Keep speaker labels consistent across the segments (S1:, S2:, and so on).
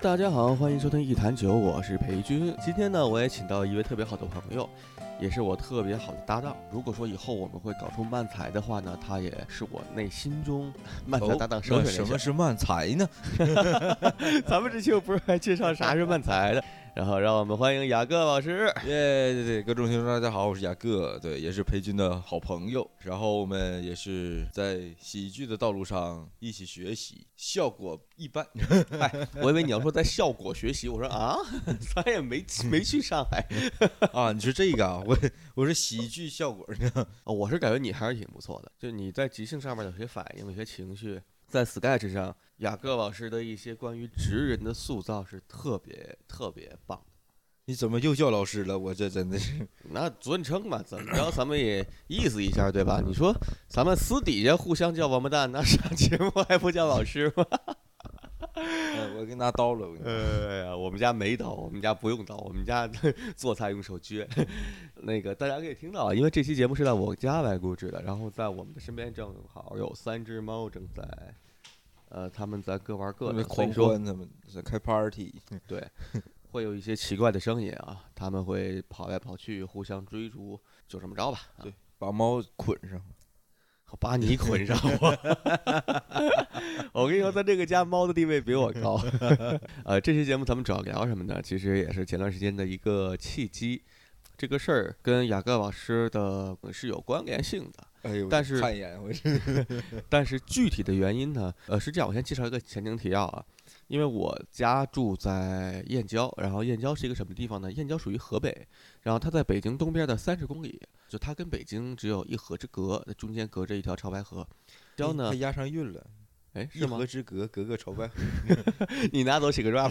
S1: 大家好，欢迎收听一坛酒，我是裴军。今天呢，我也请到一位特别好的朋友，也是我特别好的搭档。如果说以后我们会搞出漫才的话呢，他也是我内心中漫才搭档首
S2: 哦那
S1: 选
S2: 什
S1: 人
S2: 么
S1: 选。
S2: 是漫才 呢？
S1: 咱们这期又不是还介绍啥是漫才的，然后让我们欢迎雅各老师。
S2: 耶、对对，各位众听众大家好，我是雅各，对，也是裴军的好朋友。然后我们也是在喜剧的道路上一起学习，效果 一般。
S1: 我以为你要说在效果学习，我说啊， 咱也没没去上海、
S2: 啊，你说这个啊，我我是喜剧效果呢。
S1: 哦我是感觉你还是挺不错的，就你在即兴上面有些反应，有些情绪，在 Sketch 上，雅各老师的一些关于职人的塑造是特别特别棒。
S2: 你怎么又叫老师了？我这 真的是
S1: 那尊称嘛，怎么着咱们也意思一下，对吧？你说咱们私底下互相叫王八蛋，那上节目还不叫老师吗？
S2: 哎我给拿刀了。我跟你
S1: 哎呀，我们家没刀，我们家不用刀，我们家 做菜用手撅。 那个大家可以听到啊，因为这期节目是在我家来录制的，然后在我们的身边正好有三只猫正在，呃，他们在各玩各的，所
S2: 狂
S1: 以说
S2: 欢他们在开 party，
S1: 对，会有一些奇怪的声音啊，他们会跑来跑去，互相追逐，就这么着吧。啊
S2: 对把猫捆上了。
S1: 我把你捆上我。我跟你说，在这个家，猫的地位比我高。 呃，这期节目咱们主要聊什么呢？其实也是前段时间的一个契机，这个事儿跟雅各老师的呃是有关联性的。
S2: 哎呦，
S1: 但是
S2: 看一眼，我这
S1: 但是具体的原因呢，呃，是这样，我先介绍一个前情提要啊，因为我家住在燕郊，然后燕郊是一个什么地方呢？燕郊属于河北，然后它在北京东边的三十公里，就它跟北京只有一河之隔，中间隔着一条潮白河。郊呢
S2: 还，押上韵了，
S1: 哎，
S2: 一
S1: 是吗
S2: 河？之隔，隔个朝拜。
S1: 你拿走写 个 rap。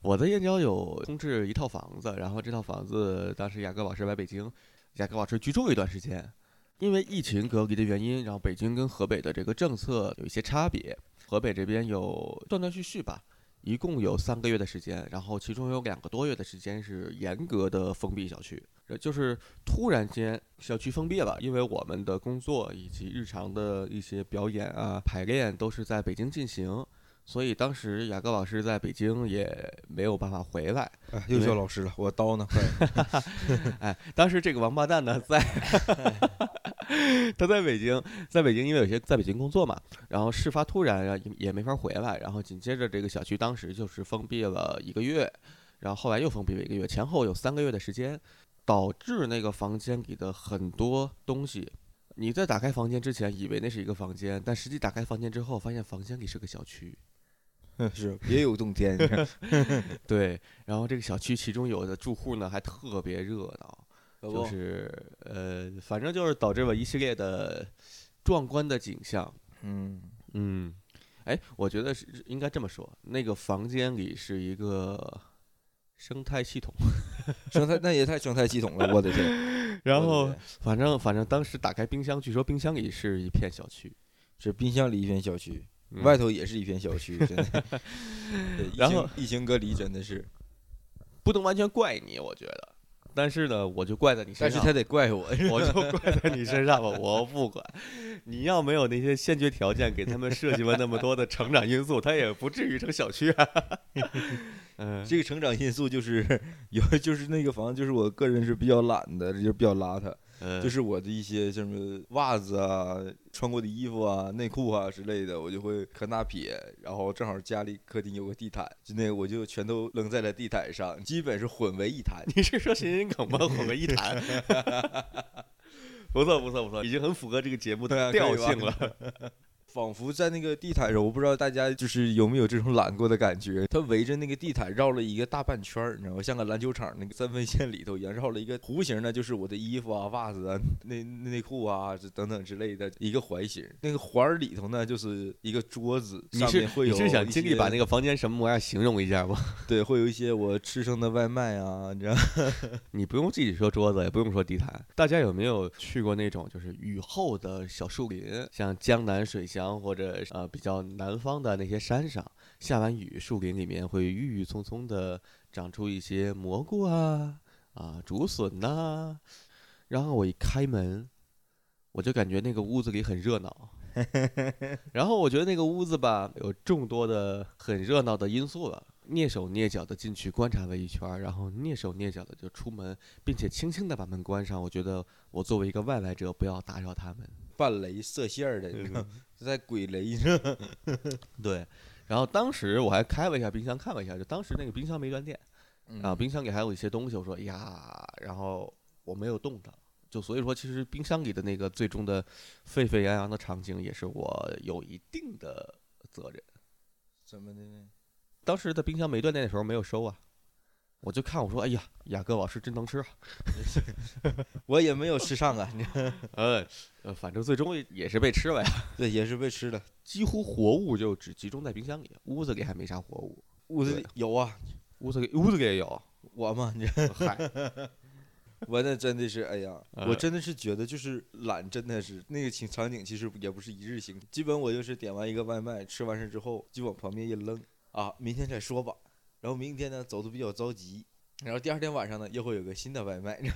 S1: 我嗯在燕郊有空置一套房子，然后这套房子当时雅各老师来北京，雅各老师居住一段时间。因为疫情隔离的原因，然后北京跟河北的这个政策有一些差别。河北这边有断断续续吧，一共有三个月的时间，然后其中有两个多月的时间是严格的封闭小区，呃就是突然间小区封闭了，因为我们的工作以及日常的一些表演啊、排练都是在北京进行，所以当时雅各老师在北京也没有办法回来。
S2: 哎，又叫老师了，我刀呢？快
S1: 哎，当时这个王八蛋呢，在他在北京，在北京因为有些在北京工作嘛，然后事发突然，然后也也没法回来，然后紧接着这个小区当时就是封闭了一个月，然后后来又封闭了一个月，前后有三个月的时间，导致那个房间里的很多东西。你在打开房间之前，以为那是一个房间，但实际打开房间之后，发现房间里是个小区。
S2: 是别有 洞天。你看
S1: 对，然后这个小区其中有的住户呢还特别热闹，
S2: 可
S1: 就
S2: 不
S1: 是呃，反正就是导致了一系列的壮观的景象。
S2: 嗯，
S1: 嗯，哎，我觉得是应该这么说，那个房间里是一个生态系 统。
S2: 生态那也太生态系统了，我的天！
S1: 然
S2: 我的
S1: 后
S2: 天
S1: 反正反正当时打开冰箱，据说冰箱里是一片小区，
S2: 是冰箱里一片小区，
S1: 嗯
S2: 外头也是一片小区， 真的。对
S1: 然
S2: 疫情
S1: 后
S2: 疫情隔离真的是，
S1: 不能完全怪你，我觉得。但是呢，我就怪在你身
S2: 但是
S1: 上，
S2: 他得怪我，
S1: 我就怪在你身上吧，我不管。你要没有那些先决条件，给他们设计了那么多的成长因素，他也不至于成小区啊。 嗯，
S2: 这个成长因素就是有，就是那个房子，就是我个人是比较懒的，就是比较邋遢，就
S1: 呃
S2: 是我的一些什么袜子啊、穿过的衣服啊、内裤啊之类的，我就会可那撇，然后正好家里客厅有个地毯，就那个我就全都扔在了地毯上，基本是混为一谈。
S1: 你是说谐音梗吗？混为一 谈。不错，不错，不错，已经很符合这个节目的
S2: 对啊
S1: 调
S2: 可以吧
S1: 性了。
S2: 仿佛在那个地毯上，我不知道大家就是有没有这种懒过的感觉。它围着那个地毯绕了一个大半圈儿，你知道吗？像个篮球场那个三分线里头一样，绕了一个弧形呢，就是我的衣服啊、袜子啊、内内裤啊这等等之类的一个环形。那个环儿里头呢，就是一个桌子，
S1: 你
S2: 上
S1: 是
S2: 面会
S1: 你
S2: 有
S1: 是想尽力把那
S2: 个
S1: 个房间什么模样形容一下吗？
S2: 对，会有一些我吃剩的外卖啊，你知道
S1: 你不用自己说桌子，也不用说地毯。大家有没有去过那种就是雨后的小树林，像江南水乡或者呃比较南方的那些山上，下完雨，树林里面会郁郁葱葱的长出一些蘑菇啊啊竹笋呐、然后我一开门，我就感觉那个屋子里很热闹，然后我觉得那个屋子吧，有众多的很热闹的因素了。蹑手蹑脚的进去观察了一圈儿，然后蹑手蹑脚的就出门，并且轻轻的把门关上。我觉得我作为一个外来者，不要打扰他们。
S2: 扮雷射线儿的，你知道在鬼雷上。
S1: 对，然后当时我还开了一下冰箱，看了一下，就当时那个冰箱没断电啊，
S2: 嗯
S1: 冰箱里还有一些东西。我说哎呀，然后我没有冻着，就所以说，其实冰箱里的那个最终的沸沸扬扬的场景，也是我有一定的责任。
S2: 怎么的呢？
S1: 当时的冰箱没断电的时候没有收啊，我就看我说，哎呀，雅各老师真能吃啊。
S2: 我也没有吃上啊，你
S1: 呃，呃反正最终也是被吃了呀。
S2: 对，也是被吃了。
S1: 几乎活物就只集中在冰箱里，屋子里还没啥活物。
S2: 屋子
S1: 对
S2: 里有啊，
S1: 屋子里屋子里也有，呃
S2: 我嘛，你
S1: 嗨，
S2: 我那真的是，哎呀，
S1: 呃
S2: 我真的是觉得就是懒，真的是那个情场景，其实也不是一日行。基本我就是点完一个外卖，吃完事之后就往旁边一扔啊，明天再说吧。然后明天呢，走的比较着急，然后第二天晚上呢，又会有个新的外卖，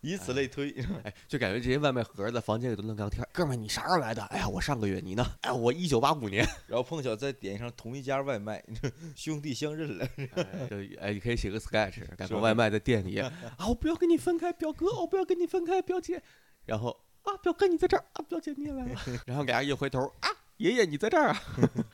S2: 以此类推。
S1: 嗯哎，就感觉这些外卖盒在房间里都能聊天。哥们儿，你啥时候来的？哎呀，我上个月，你呢？哎，我一九八五年。
S2: 然后碰巧再点上同一家外卖， 兄弟相认了。
S1: 哎就哎，你可以写个 sketch，改
S2: 是
S1: 个
S2: 吧
S1: 外卖在店里啊，我不要跟你分开，表哥，哦我不要跟你分开，表姐。然后啊，表哥你在这儿啊，表姐你也 来了。然后给他一回头啊，爷爷你在这儿啊。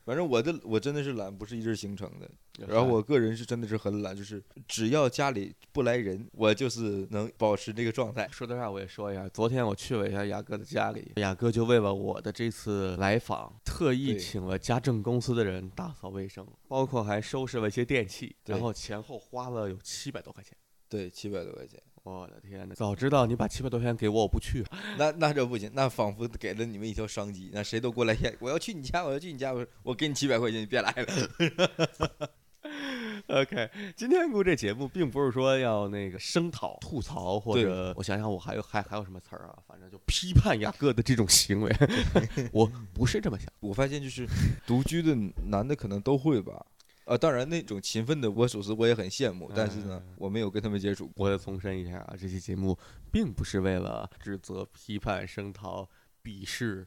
S2: 反正我的我真的是懒，不是一日形成的。然后我个人是真的是很懒，就是只要家里不来人，我就是能保持这个状态。
S1: 哎说到这儿，我也说一下，昨天我去了一下雅哥的家里，雅哥就为了我的这次来访，特意
S2: 对
S1: 请了家政公司的人打扫卫生，包括还收拾了一些电器，
S2: 对
S1: 然后前后花了有七百多块钱。
S2: 对，七百多块钱，
S1: 我的天呐，早知道你把七百多块钱给我，我不去。
S2: 那那这不行，那仿佛给了你们一条商机，那谁都过来呀！我要去你家，我要去你家，我我给你七百块钱，你别来了。
S1: OK，今天估这节目并不是说要那个声讨、吐槽或者我想想我还有还还有什么词儿啊，反正就批判雅各的这种行为， 我不是这么想。
S2: 我发现就是独居的男的可能都会吧。啊，当然那种勤奋的，我属实我也很羡慕，但是
S1: 嗯
S2: 呢，我没有跟他们接触。
S1: 我得重申一下啊，这期节目并不是为了指责、批判、声讨、鄙视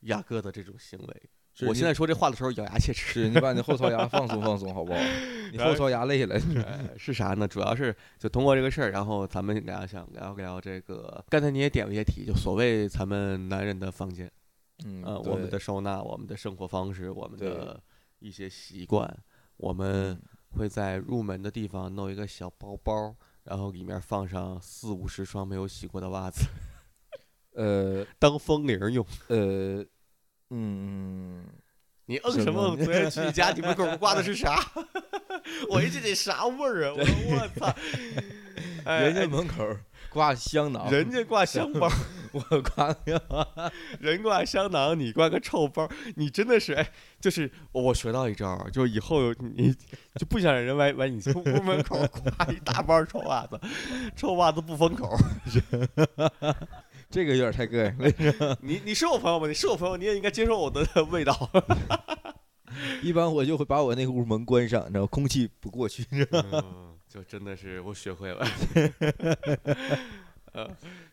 S1: 雅各的这种行为。
S2: 是
S1: 我
S2: 你
S1: 现在说这话的时候咬牙切齿。
S2: 是你把你后槽牙放松放松，好不好？你后槽牙累了，
S1: 呃是啥呢？主要是就通过这个事儿，然后咱们俩想聊聊这个。刚才你也点了一些题，就所谓咱们男人的房间，
S2: 嗯，
S1: 呃，
S2: 对
S1: 我们的收纳、我们的生活方式、我们
S2: 对
S1: 的一些习惯，我们会在入门的地方弄一个小包包，然后里面放上四五十双没有洗过的袜子，
S2: 呃
S1: 当风铃儿用。
S2: 呃，嗯，
S1: 你嗯
S2: 什
S1: 什
S2: 么
S1: 么？ 昨天去你家，你门口挂的是啥？ 我一进去啥味儿啊？我说我 操！哎
S2: 人家门口挂香囊，
S1: 人家挂香 包，
S2: 我挂
S1: 人挂香囊，你挂个臭包，你真的是哎，就是我学到一招儿，就以后你就不想让人来来你屋屋门口挂一大包臭袜子，臭袜子不封口。
S2: 这个有点太膈应了。
S1: 你你是我朋友吗？你是我朋友，你也应该接受我的味道。
S2: 一般我就会把我那个屋门关上，然后空气不过去。
S1: 嗯，就真的是我学会了。呃，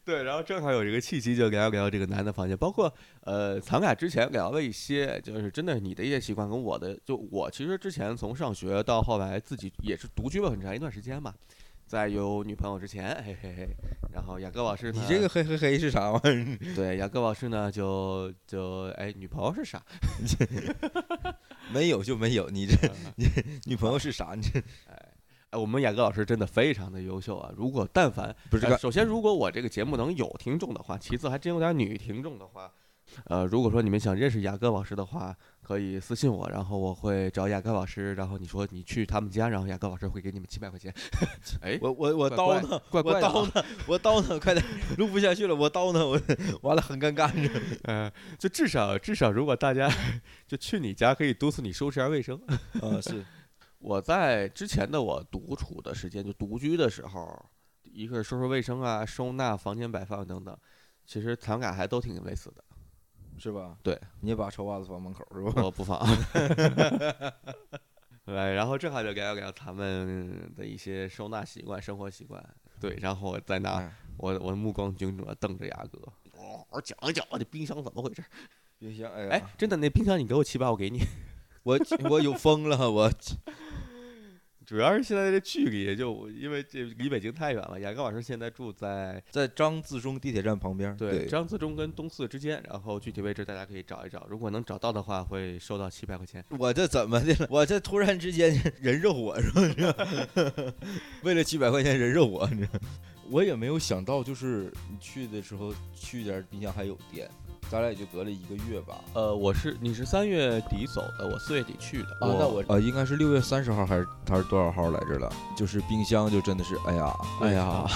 S1: 对，然后正好有这个契机，就聊一聊这个男的房间，包括呃，咱们俩之前聊了一些，就是真的你的一些习惯跟我的，就我其实之前从上学到后来自己也是独居了很长一段时间吧，在有女朋友之前，嘿嘿嘿。然后雅各老师呢，
S2: 你这个嘿嘿嘿是啥玩意儿？
S1: 对雅各老师呢，就就哎，女朋友是啥？
S2: 没有就没有，你这你女朋友是啥？你这
S1: 哎，我们雅各老师真的非常的优秀啊！如果但凡
S2: 不是
S1: 呃
S2: 干
S1: 首先，如果我这个节目能有听众的话，其次还真有点女听众的话，呃，如果说你们想认识雅各老师的话，可以私信我，然后我会找雅各老师，然后你说你去他们家，然后雅各老师会给你们七百块钱。 哎，
S2: 我我我
S1: 怪
S2: 刀呢？
S1: 怪怪
S2: 我
S1: 的
S2: 刀呢？我刀呢？快点，录不下去了，我刀呢？我完了，很尴尬。
S1: 呃，就至少至少，如果大家就去你家，可以督促你收拾下卫生。
S2: 啊，是
S1: 我在之前的我独处的时间，就独居的时候，一个是收拾卫生啊、收纳房间摆放等等，其实咱们俩还都挺类似的。
S2: 是吧？
S1: 对，
S2: 你也把臭袜子放门口是 吧？
S1: 我不放。对，然后正好就聊一聊他们的一些收纳习惯、生活习惯。对，然后我再拿
S2: 哎
S1: 我我的目光炯炯的瞪着牙哥，好讲一讲这冰箱怎么回事。
S2: 冰箱，哎呀，
S1: 哎，真的，那冰箱你给我七八，我给 你。
S2: 我我有疯了，我
S1: 主要是现在这距离，就因为这离北京太远了。雅各老师现在住在
S2: 在张自忠地铁站旁边儿。
S1: 对
S2: 对，
S1: 张自忠跟东四之间，然后具体位置大家可以找一找，如果能找到的话，会收到七百块钱。
S2: 我这怎么的了？ 我这突然之间人肉我是不是？ 为了七百块钱人肉我，你知道我也没有想到，就是你去的时候去点儿冰箱还有电，咱俩也就隔了一个月吧。
S1: 呃，我是你是三月底走的，我四月底去的。
S2: 啊，那我呃应该是六月三十号还是还是多少号来着了？就是冰箱就真的是，哎呀，哎
S1: 啊
S2: 呀，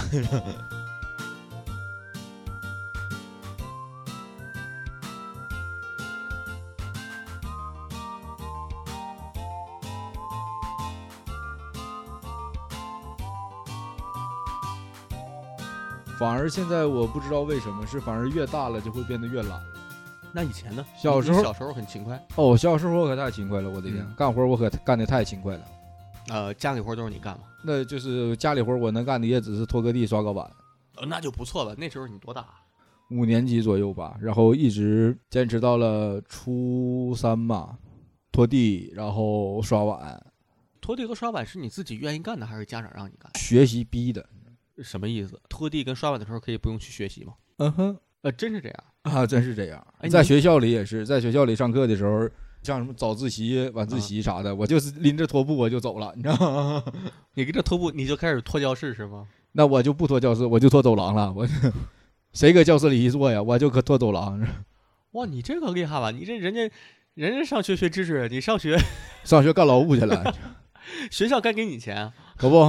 S2: 反而现在我不知道为什么是，反而越大了就会变得越懒。
S1: 那以前呢？
S2: 小时候
S1: 你小时候很勤快，
S2: 哦，小时候我可太勤快了，我的天，
S1: 嗯
S2: 干活我可干的太勤快了。
S1: 呃，家里活都是你干吗？
S2: 那就是家里活我能干的也只是拖个地、刷个碗。
S1: 呃，那就不错了。那时候你多大啊？
S2: 五年级左右吧，然后一直坚持到了初三嘛，拖地，然后刷碗，
S1: 拖地和刷碗是你自己愿意干的，还是家长让你干？
S2: 学习逼的。
S1: 什么意思？拖地跟刷碗的时候可以不用去学习吗？
S2: 嗯哼，
S1: 呃，真是这样。
S2: 啊，真是这样
S1: 哎。
S2: 在
S1: 你
S2: 学校里也是，在学校里上课的时候，像什么早自习、晚自
S1: 啊
S2: 习啥的，我就是拎着拖布我就走了，你知道吗？
S1: 你跟这拖布，你就开始拖教室是吗？
S2: 那我就不拖教室，我就拖走廊了。我谁搁教室里一坐呀？我就可拖走廊。
S1: 哇，你这个厉害吧？你这人家，人家上学学知识，你上学
S2: 上学干劳务去了，
S1: 学校该给你钱，啊
S2: 可不，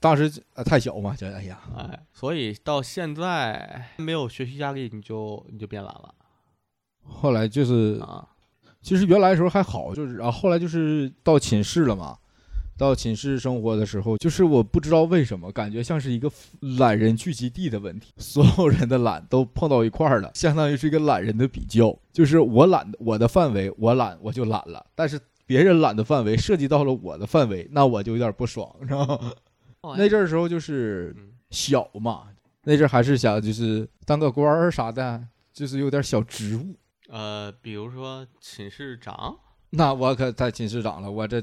S2: 当时啊太小嘛，这哎呀，
S1: 哎，所以到现在没有学习压力，你就你就变懒了
S2: 后来就是
S1: 啊。
S2: 其实原来的时候还好，就是啊然后后来就是到寝室了嘛，到寝室生活的时候，就是我不知道为什么感觉像是一个懒人聚集地的问题， 所有人的懒都碰到一块儿了，相当于是一个懒人的比较，就是我懒我的范围，我懒我就懒了，但是。别人懒的范围涉及到了我的范围，那我就有点不爽，你知道吗？那阵儿时候就是
S1: 哎嗯
S2: 小嘛，那阵儿还是想就是当个官儿啥的，就是有点小职务，
S1: 呃，比如说寝室长，
S2: 那我可太寝室长了，我这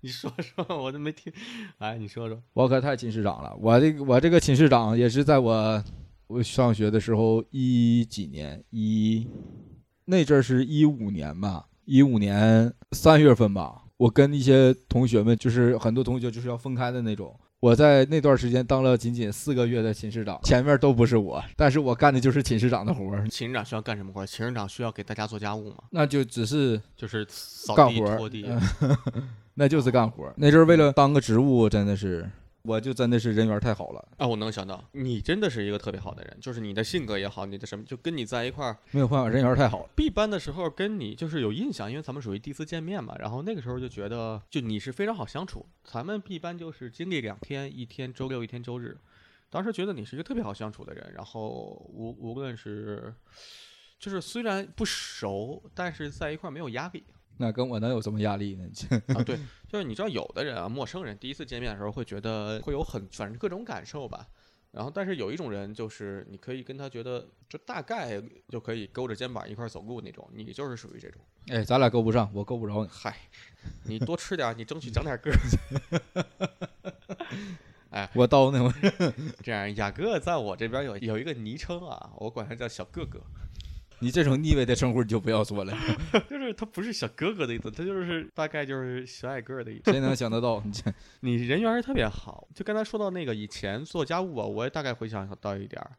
S1: 你说说，我都没听。哎，你说说，
S2: 我可太寝室长了。我这个我这个寝室长也是在我我上学的时候一几年一那阵儿是一五年吧，一五年三月份吧，我跟一些同学们就是很多同学就是要分开的那种。我在那段时间当了仅仅四个月的寝室长，前面都不是我，但是我干的就是寝室长的活儿，
S1: 寝室长需要干什么活儿？寝室长需要给大家做家务吗？
S2: 那就只是
S1: 就是扫
S2: 干
S1: 地、
S2: 活儿嗯
S1: 拖地。
S2: 那就是干活儿。那阵儿为了当个职务，真的是我就真的是人缘儿太好了，
S1: 啊，我能想到，你真的是一个特别好的人，就是你的性格也好，你的什么，就跟你在一块儿
S2: 没有办法，人缘儿太好了。
S1: B 班的时候跟你就是有印象，因为咱们属于第一次见面嘛，然后那个时候就觉得就你是非常好相处。咱们 B 班就是经历两天，一天周六，一天周日，当时觉得你是一个特别好相处的人。然后无无论是就是虽然不熟，但是在一块儿没有压力
S2: 那跟我能有什么压力呢？
S1: 啊。对，就是你知道有的人啊，陌生人第一次见面的时候会觉得会有很反正各种感受吧。然后，但是有一种人，就是你可以跟他觉得就大概就可以勾着肩膀一块儿走路那种，你就是属于这种。
S2: 哎，咱俩够不上，我够不着你。
S1: 嗨，你多吃点儿，你争取长点儿个儿。
S2: 我刀呢？我
S1: 这样，雅各在我这边有有一个昵称啊，我管他叫小哥 哥，
S2: 你这种逆位的称呼你就不要说了，
S1: 就是他不是小哥哥的意思，他就是大概就是小矮个儿的意思。
S2: 谁能想得到？你这
S1: 你人缘儿特别好，就刚才说到那个以前做家务啊，我也大概回想到一点儿。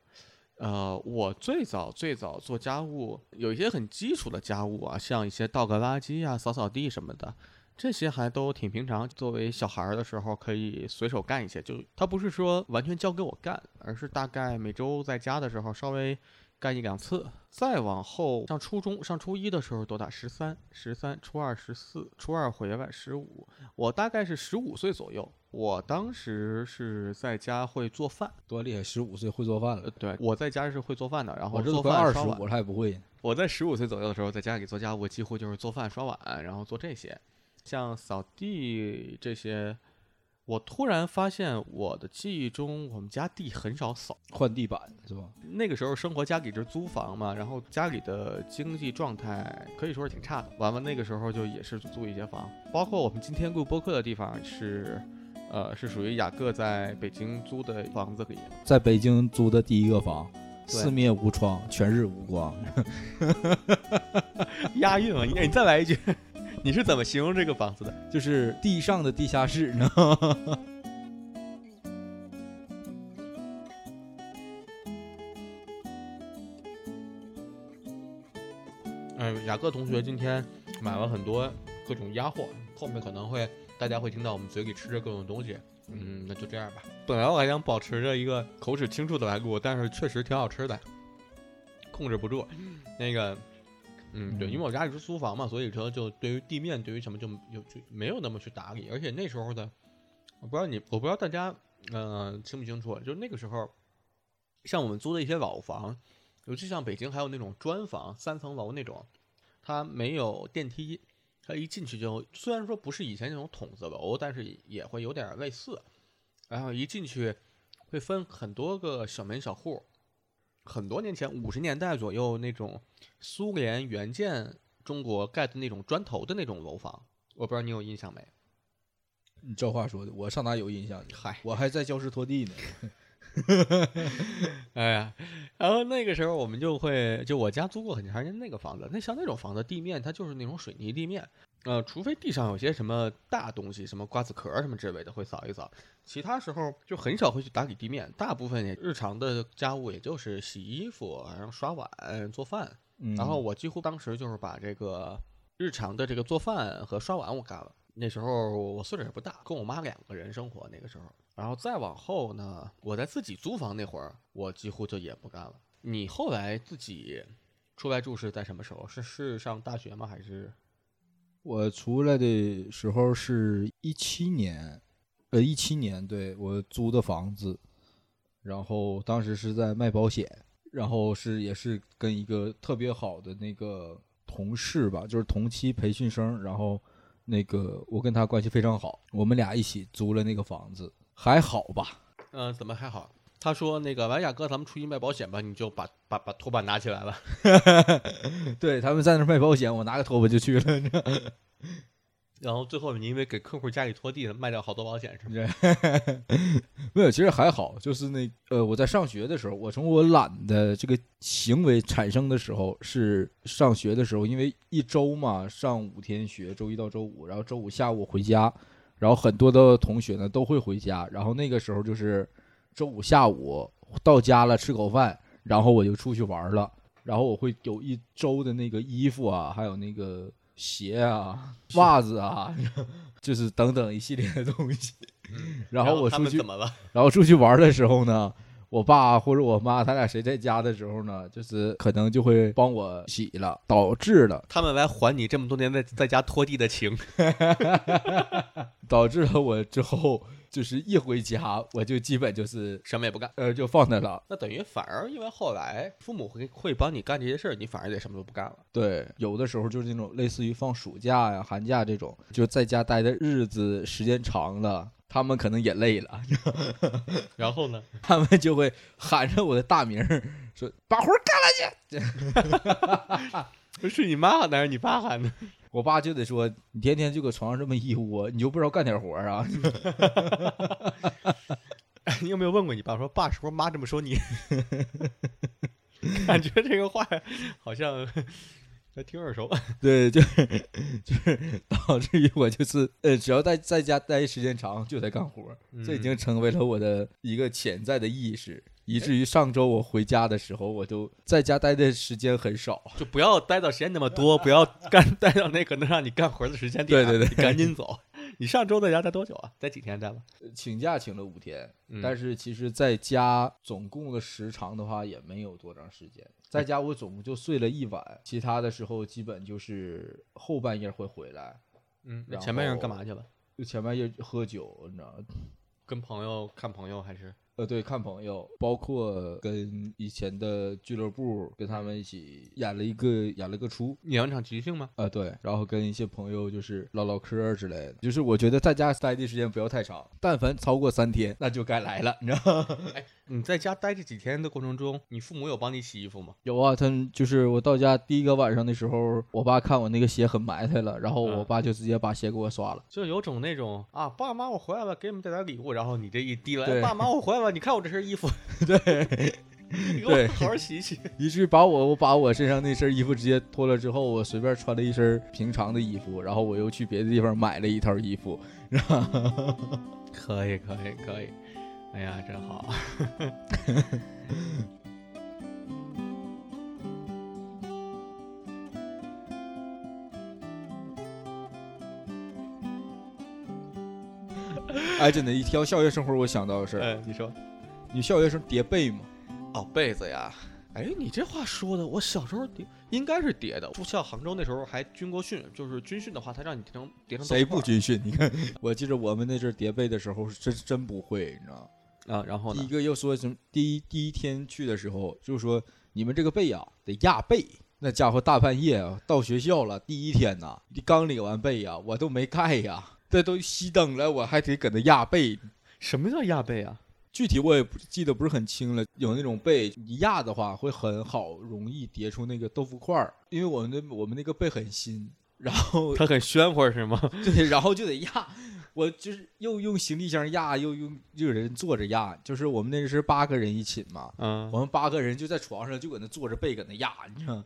S1: 呃，我最早最早做家务，有一些很基础的家务啊，像一些倒个垃圾啊、扫扫地什么的，这些还都挺平常。作为小孩儿的时候，可以随手干一些，就他不是说完全交给我干，而是大概每周在家的时候稍微干一两次。再往后上初中，上初一的时候多大？十三、十三，初二十四，初二回来十五，我大概是十五岁左右，我当时是在家会做饭，
S2: 多厉害！十五岁会做饭
S1: 呃
S2: 了，，
S1: 对我在家是会做饭的，然后
S2: 我这都
S1: 哦做
S2: 快
S1: 饭
S2: 二十
S1: 刷碗
S2: 五了还不会呢。
S1: 我在十五岁左右的时候，在家里做家务，几乎就是做饭、刷碗，然后做这些，像扫地这些，我突然发现，我的记忆中我们家地很少扫。
S3: 换地板是吧？
S1: 那个时候生活家里就是租房嘛，然后家里的经济状态可以说是挺差的。完完那个时候就也是租一些房，包括我们今天录播客的地方是，呃，是属于雅各在北京租的房子里。
S2: 在北京租的第一个房，
S1: 对
S2: 四面无窗，全是无光。
S1: 押韵嘛，你你再来一句， 你是怎么形容这个房子的？
S2: 就是地上的地下室，你知道吗？
S1: 嗯、雅各同学今天买了很多各种鸭货，后面可能会大家会听到我们嘴里吃着各种东西。嗯，那就这样吧。本来我还想保持着一个口齿清楚的来录，但是确实挺好吃的，控制不住。那个，嗯，对，因为我家里是租房嘛，所以说就对于地面，对于什么就有就没有那么去打理。而且那时候的，我不知道你，我不知道大家，嗯，清不清楚？就那个时候，像我们租的一些老房，尤其像北京还有那种砖房，三层楼那种，它没有电梯，它一进去就虽然说不是以前那种筒子楼，但是也会有点类似。然后一进去会分很多个小门小户。很多年前，五十年代左右那种苏联援建中国盖的那种砖头的那种楼房，我不知道你有印象没？
S2: 你这话说的，我上哪有印象去？
S1: 嗨，
S2: 我还在教室拖地呢。
S1: 哎呀，然后那个时候我们就会，就我家租过很长时间那个房子，那像那种房子地面它就是那种水泥地面，呃，除非地上有些什么大东西，什么瓜子壳儿什么之类的会扫一扫，其他时候就很少会去打理地面，大部分也日常的家务也就是洗衣服，然后刷碗、做饭，
S2: 嗯
S1: 然后我几乎当时就是把这个日常的这个做饭和刷碗我干了。那时候我岁数也不大，跟我妈两个人生活那个时候。然后再往后呢，我在自己租房那会儿，我几乎就也不干了。你后来自己出来住是在什么时候？是是上大学吗？还是
S2: 我出来的时候是一七年，呃，一七年对我租的房子，然后当时是在卖保险，然后是也是跟一个特别好的那个同事吧，就是同期培训生，然后那个我跟他关系非常好，我们俩一起租了那个房子，还好吧？
S1: 嗯、呃怎么还好？他说那个完雅哥，咱们出去卖保险吧，你就把把把拖把拿起来了。
S2: 对，他们在那儿卖保险，我拿个拖把就去了。
S1: 然后最后你因为给客户家里拖地，卖掉好多保险是吗？
S2: 没有，其实还好，就是那呃，我在上学的时候，我从我懒的这个行为产生的时候是上学的时候，因为一周嘛上五天学，周一到周五，然后周五下午回家，然后很多的同学呢都会回家，然后那个时候就是周五下午到家了吃口饭，然后我就出去玩了，然后我会有一周的那个衣服啊，还有那个鞋啊、袜子啊， 就是等等一系列的东西。然后我
S1: 嗯他
S2: 出
S1: 们
S2: 去
S1: 怎么了？
S2: 然后出去玩的时候呢，我爸或者我妈，他俩谁在家的时候呢，就是可能就会帮我洗了，导致了
S1: 他们来还你这么多年在在家拖地的情。
S2: 导致了我之后就是一回家我就基本就是
S1: 什么也不干。
S2: 呃就放那了。
S1: 那等于反而因为后来父母会会帮你干这些事儿，你反而得什么都不干了。
S2: 对，有的时候就是那种类似于放暑假呀、寒假这种，就在家待的日子时间长了，他们可能也累了，
S1: 然后呢？
S2: 他们就会喊着我的大名儿说：“把活儿干了去。”
S1: 不是你妈喊的还是你爸喊的？
S2: 我爸就得说，你天天就搁床上这么一窝，你就不知道干点活儿啊？
S1: 你有没有问过你爸说爸是不是妈这么 说你？感觉这个话好像还挺耳熟。
S2: 对， 就是就是导致于我就是呃，只要在在家待时间长就得干活儿，
S1: 嗯
S2: 这已经成为了我的一个潜在的意识，以至于上周我回家的时候，我就在家待的时间很少。
S1: 就不要待到时间那么多，不要干待到那个能让你干活的时间点。
S2: 对对对
S1: 你赶紧走。 你上周在家待多久啊？待几天待了？
S2: 请假请了五天，
S1: 嗯
S2: 但是其实在家总共的时长的话也没有多长时间，在家我总共就睡了一晚，其他的时候基本就是后半夜会回来，
S1: 嗯
S2: 然后
S1: 前半夜干嘛去了？
S2: 就前半夜喝酒，你知道吗。
S1: 跟朋友看朋友还是？
S2: 呃，对，看朋友，包括跟以前的俱乐部跟他们一起演了一个演了个出，
S1: 演完场即兴吗？
S2: 啊、对，然后跟一些朋友就是唠唠嗑儿之类的，就是我觉得在家待的时间不要太长，但凡超过三天，那就该来了，你知道吗？
S1: 你在家待这几天的过程中，你父母有帮你洗衣服吗？
S2: 有啊，他就是我到家第一个晚上的时候，我爸看我那个鞋很埋汰了，然后我
S1: 嗯
S2: 爸就直接把鞋给我刷了。
S1: 就有种那种啊，爸妈我回来了，给你们带点礼物，然后你这一递来，
S2: 对
S1: 哎爸妈我回来了，你看我这身衣 服，对，给
S2: 对
S1: 我好好洗一洗。
S2: 以至于把我我把我身上那身衣服直接脱了之后，我随便穿了一身平常的衣服，然后我又去别的地方买了一套衣服。
S1: 可以，可以，可以，哎呀，真好。
S2: 哎，真的，一提到校园生活，我想到的是，
S1: 哎，你说，
S2: 你校园生叠被吗？
S1: 哦，被子呀。哎，你这话说的，我小时候叠应该是叠的。住校杭州那时候还军国训，就是军训的话，他让你叠成叠成豆
S2: 谁
S1: 块
S2: 不军训？你看， 我记得我们那阵儿叠被的时候，是真真不会，你知道吗？
S1: 啊？然后
S2: 第一
S1: 呢？
S2: 个又说什么？第一第一天去的时候，就是说你们这个被啊得压被。那家伙大半夜啊，到学校了，第一天呐、刚领完被呀、我都没盖呀、 这都熄灯了，我还得搁那压被。
S1: 什么叫压被啊？
S2: 具体我也不记得不是很清了，有那种被一压的话会很好，容易叠出那个豆腐块儿，因为我们的我们那个被很新，然后
S1: 他很喧哗是吗？
S2: 对，然后就得压，我就是又用行李箱压，又用又有人坐着压，就是我们那是八个人一寝嘛，
S1: 嗯，
S2: 我们八个人就在床上就搁那坐着背搁那压，你知道吗，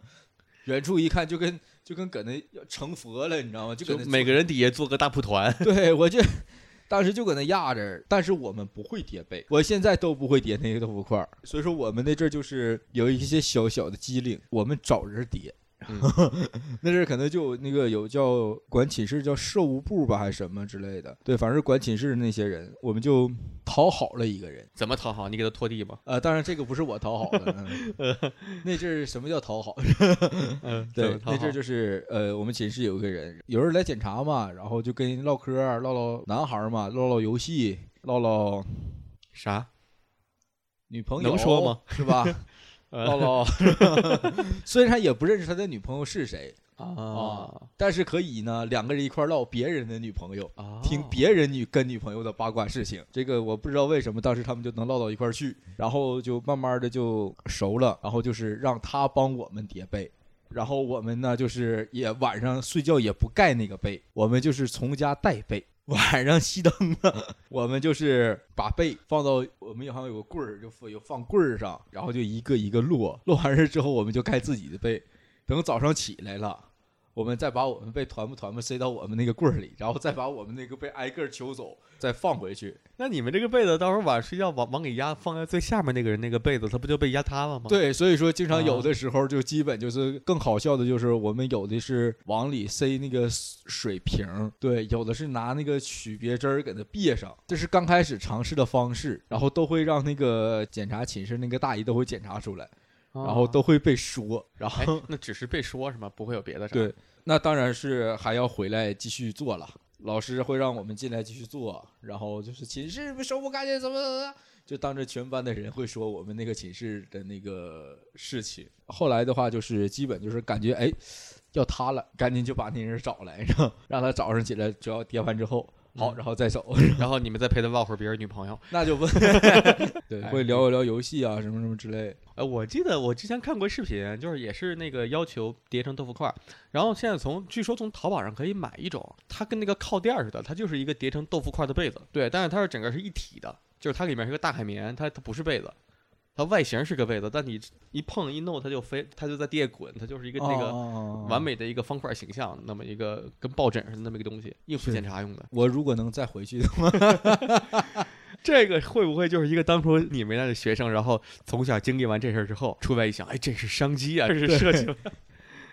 S2: 远处一看就跟就跟搁那要成佛了，你知道吗？就搁
S1: 就
S2: 那
S1: 每个人底下做个大蒲团。
S2: 坐着 对我就。当时就搁那压着，但是我们不会叠被，我现在都不会叠那个豆腐块儿，所以说我们那阵儿就是有一些小小的机灵，我们找人叠，
S1: 嗯
S2: 那阵儿可能就有那个有叫管寝室叫事务部吧，还是什么之类的，对，反正是管寝室那些人，我们就讨好了一个人，
S1: 怎么讨好？你给他拖地吧。
S2: 呃，当然这个不是我讨好的，嗯 那阵儿什么叫讨好？
S1: 嗯，
S2: 对，那阵儿就是呃，我们寝室有一个人，有人来检查嘛，然后就跟人唠嗑儿，唠唠男孩儿嘛，唠唠游戏，唠唠
S1: 啥？
S2: 女朋友，
S1: 能说吗？
S2: 是 吧？
S1: 呃哦
S2: 唠唠， 虽然也不认识他的女朋友是谁，
S1: 啊
S2: 但是可以呢，两个人一块儿唠别人的女朋友。
S1: 啊
S2: 听别人女跟女朋友的八卦事情，这个我不知道为什么当时他们就能唠到一块儿去，然后就慢慢的就熟了，然后就是让他帮我们叠被，然后我们呢就是也晚上睡觉也不盖那个被，我们就是从家带被。晚上熄灯了，我们就是把被放到我们好像有个棍儿，就放有放棍儿上，然后就一个一个摞，摞完事之后我们就盖自己的被，等早上起来了，我们再把我们被团不团不塞到我们那个棍儿里，然后再把我们那个被挨个儿揪走，再放回去。
S1: 那你们这个被子，到时候晚上睡觉往往给压放在最下面那个人那个被子，他不就被压塌了吗？，
S2: 对，所以说经常有
S1: 啊
S2: 的时候就基本就是更好笑的就是我们有的是往里塞那个水瓶儿，对，有的是拿那个曲别针儿给它别上，这是刚开始尝试的方式，然后都会让那个检查寝室那个大姨都会检查出来，
S1: 啊
S2: 然
S1: 哦
S2: 后都会被说，然后
S1: 哎，那只是被说是吗？不会有别的啥？，
S2: 对，那当然是还要回来继续做了。老师会让我们进来继续做，然后就是寝室收不干净，怎么怎么怎么，就当着全班的人会说我们那个寝室的那个事情。后来的话，就是基本就是感觉哎要塌了，赶紧就把那人找来，让让他早上起来只要叠完之后。好，
S1: 嗯
S2: 然后再走，
S1: 然后你们再陪他唠会儿别人女朋友。
S2: 那就问，对，
S1: 哎
S2: 会聊一聊游戏啊，什么什么之类。
S1: 哎，我记得我之前看过视频，就是也是那个要求叠成豆腐块儿，然后现在从据说从淘宝上可以买一种，它跟那个靠垫儿似的，它就是一个叠成豆腐块儿的被子，对，但是它是整个是一体的，就是它里面是个大海绵，它它不是被子，它外形是个被子，但你一碰一弄它就飞，它就在地下滚，它就是一个那
S2: 哦
S1: 个
S2: 个
S1: 完。美的一个方块形象，那么一个跟抱枕似的那么一个东西，应付
S2: 是
S1: 检查用的。
S2: 我如果能再回去的话，
S1: 这个会不会就是一个当初你们那的学生，然后从小经历完这事儿之后，出来一想，哎，这是商机啊，这是设计。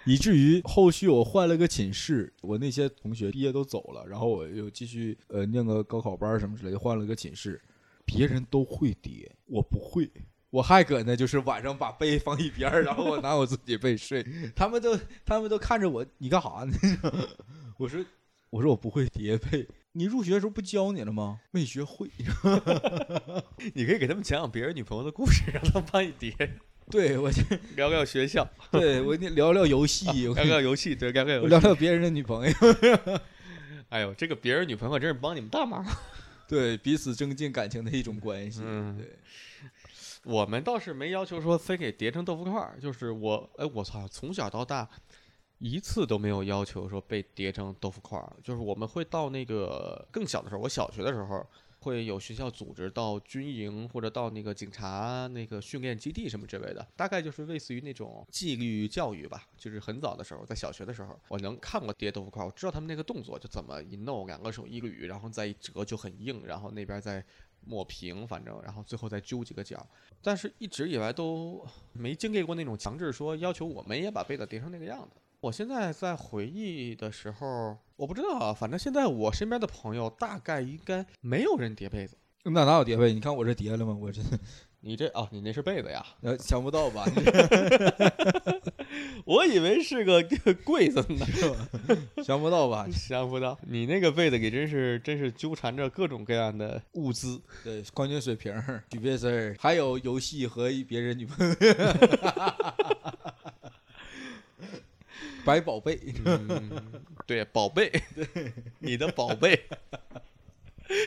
S2: 以至于后续我换了个寝室，我那些同学毕业都走了，然后我又继续呃念个高考班儿什么之类的，换了个寝室，别人都会叠，我不会。我还搁那，就是晚上把被放一边儿，然后我拿我自己被睡。他 们都，他们都看着我，你干啥呢？我说，我说我不会叠被。
S4: 你入学的时候不教你了吗？没学会。
S1: 你可以给他们讲讲别人女朋友的故事，让他们帮你叠，
S4: 对我这，
S1: 聊聊学校，
S4: 对我得聊聊游戏，我
S1: 聊
S4: 跟你
S1: 聊游戏，对，聊聊
S4: 我
S1: 游
S4: 聊
S1: 戏。
S4: 聊别人的女朋 友，
S1: 哎呦，这个别人女朋友真是帮你们大忙。
S4: 对彼此增进感情的一种关系。
S1: 嗯
S4: 对，
S1: 我们倒是没要求说非给叠成豆腐块儿，就是我，哎，我操，从小到大一次都没有要求说被叠成豆腐块儿。就是我们会到那个更小的时候，我小学的时候会有学校组织到军营或者到那个警察那个训练基地什么之类的，大概就是类似于那种纪律教育吧。就是很早的时候，在小学的时候，我能看过叠豆腐块儿，我知道他们那个动作就怎么一弄，两个手一捋，然后再一折就很硬，然后那边再抹平，反正然后最后再揪几个角。但是一直以来都没经历过那种强制说要求我们也把被子叠成那个样子。我现在在回忆的时候，我不知道啊，反正现在我身边的朋友大概应该没有人叠被子。
S4: 那哪有叠被？你看我这叠了吗？我这
S1: 你这哦，你那是被子呀？
S4: 呃想不到吧？
S1: 我以为是个 柜子呢，
S4: 想不到吧？
S1: 想不到你那个被子里真是真是纠缠着各种各样的物资。
S4: 对，矿泉水瓶儿、举杯丝儿，还有游戏和别人女朋友，百宝贝。
S1: 嗯，对，宝贝，你的宝贝，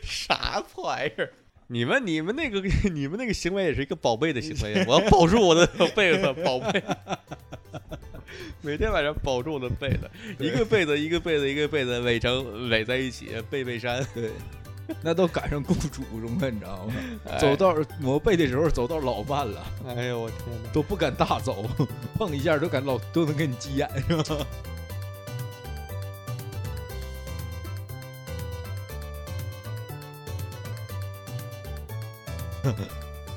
S1: 啥破玩意儿？你们你们那个 你们那个行为也是一个宝贝的行为，我要保住我的被子，宝贝。每天晚上保住我的被子，一个被子一个被子一个被子垒成垒在一起，背背山。
S4: 对，那都赶上雇主中了，你知道吗？
S1: 哎
S4: 走道儿挪背的时候走到老慢了，
S1: 哎呦我天哪！
S4: 都不敢大走，碰一下都敢老都能给你急眼。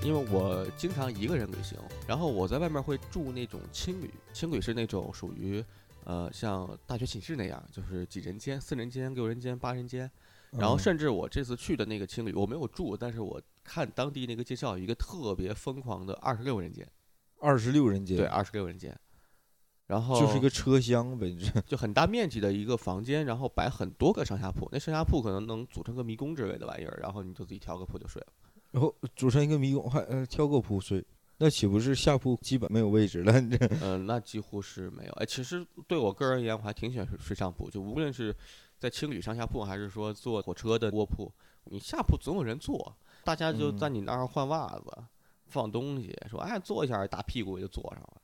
S1: 因为我经常一个人旅行，然后我在外面会住那种青旅，青旅是那种属于，呃，像大学寝室那样，就是几人间、四人间、六人间、八人间。
S2: 嗯
S1: 然后
S4: 是
S1: 甚至我这次去的那个青旅，我没有住，但是我看当地那个介绍，有一个特别疯狂的二十六人间，
S2: 二十六人间，
S1: 对，，二十六人间。然后
S2: 就是一个车厢呗，你这
S1: 就很大面积的一个房间，然后摆很多个上下铺，那上下铺可能能组成个迷宫之类的玩意儿，然后你就自己挑个铺就睡了。
S2: 然后组成一个迷宫，还呃挑个铺睡，那岂不是下铺基本没有位置了？ 你这
S1: 嗯，那几乎是没有。哎，其实对我个人而言，我还挺喜欢睡睡上铺，就无论是在青旅上下铺，还是说坐火车的卧铺，你下铺总有人坐，大家就在你那儿换袜子、放东西，说哎坐一下，大屁股就坐上了。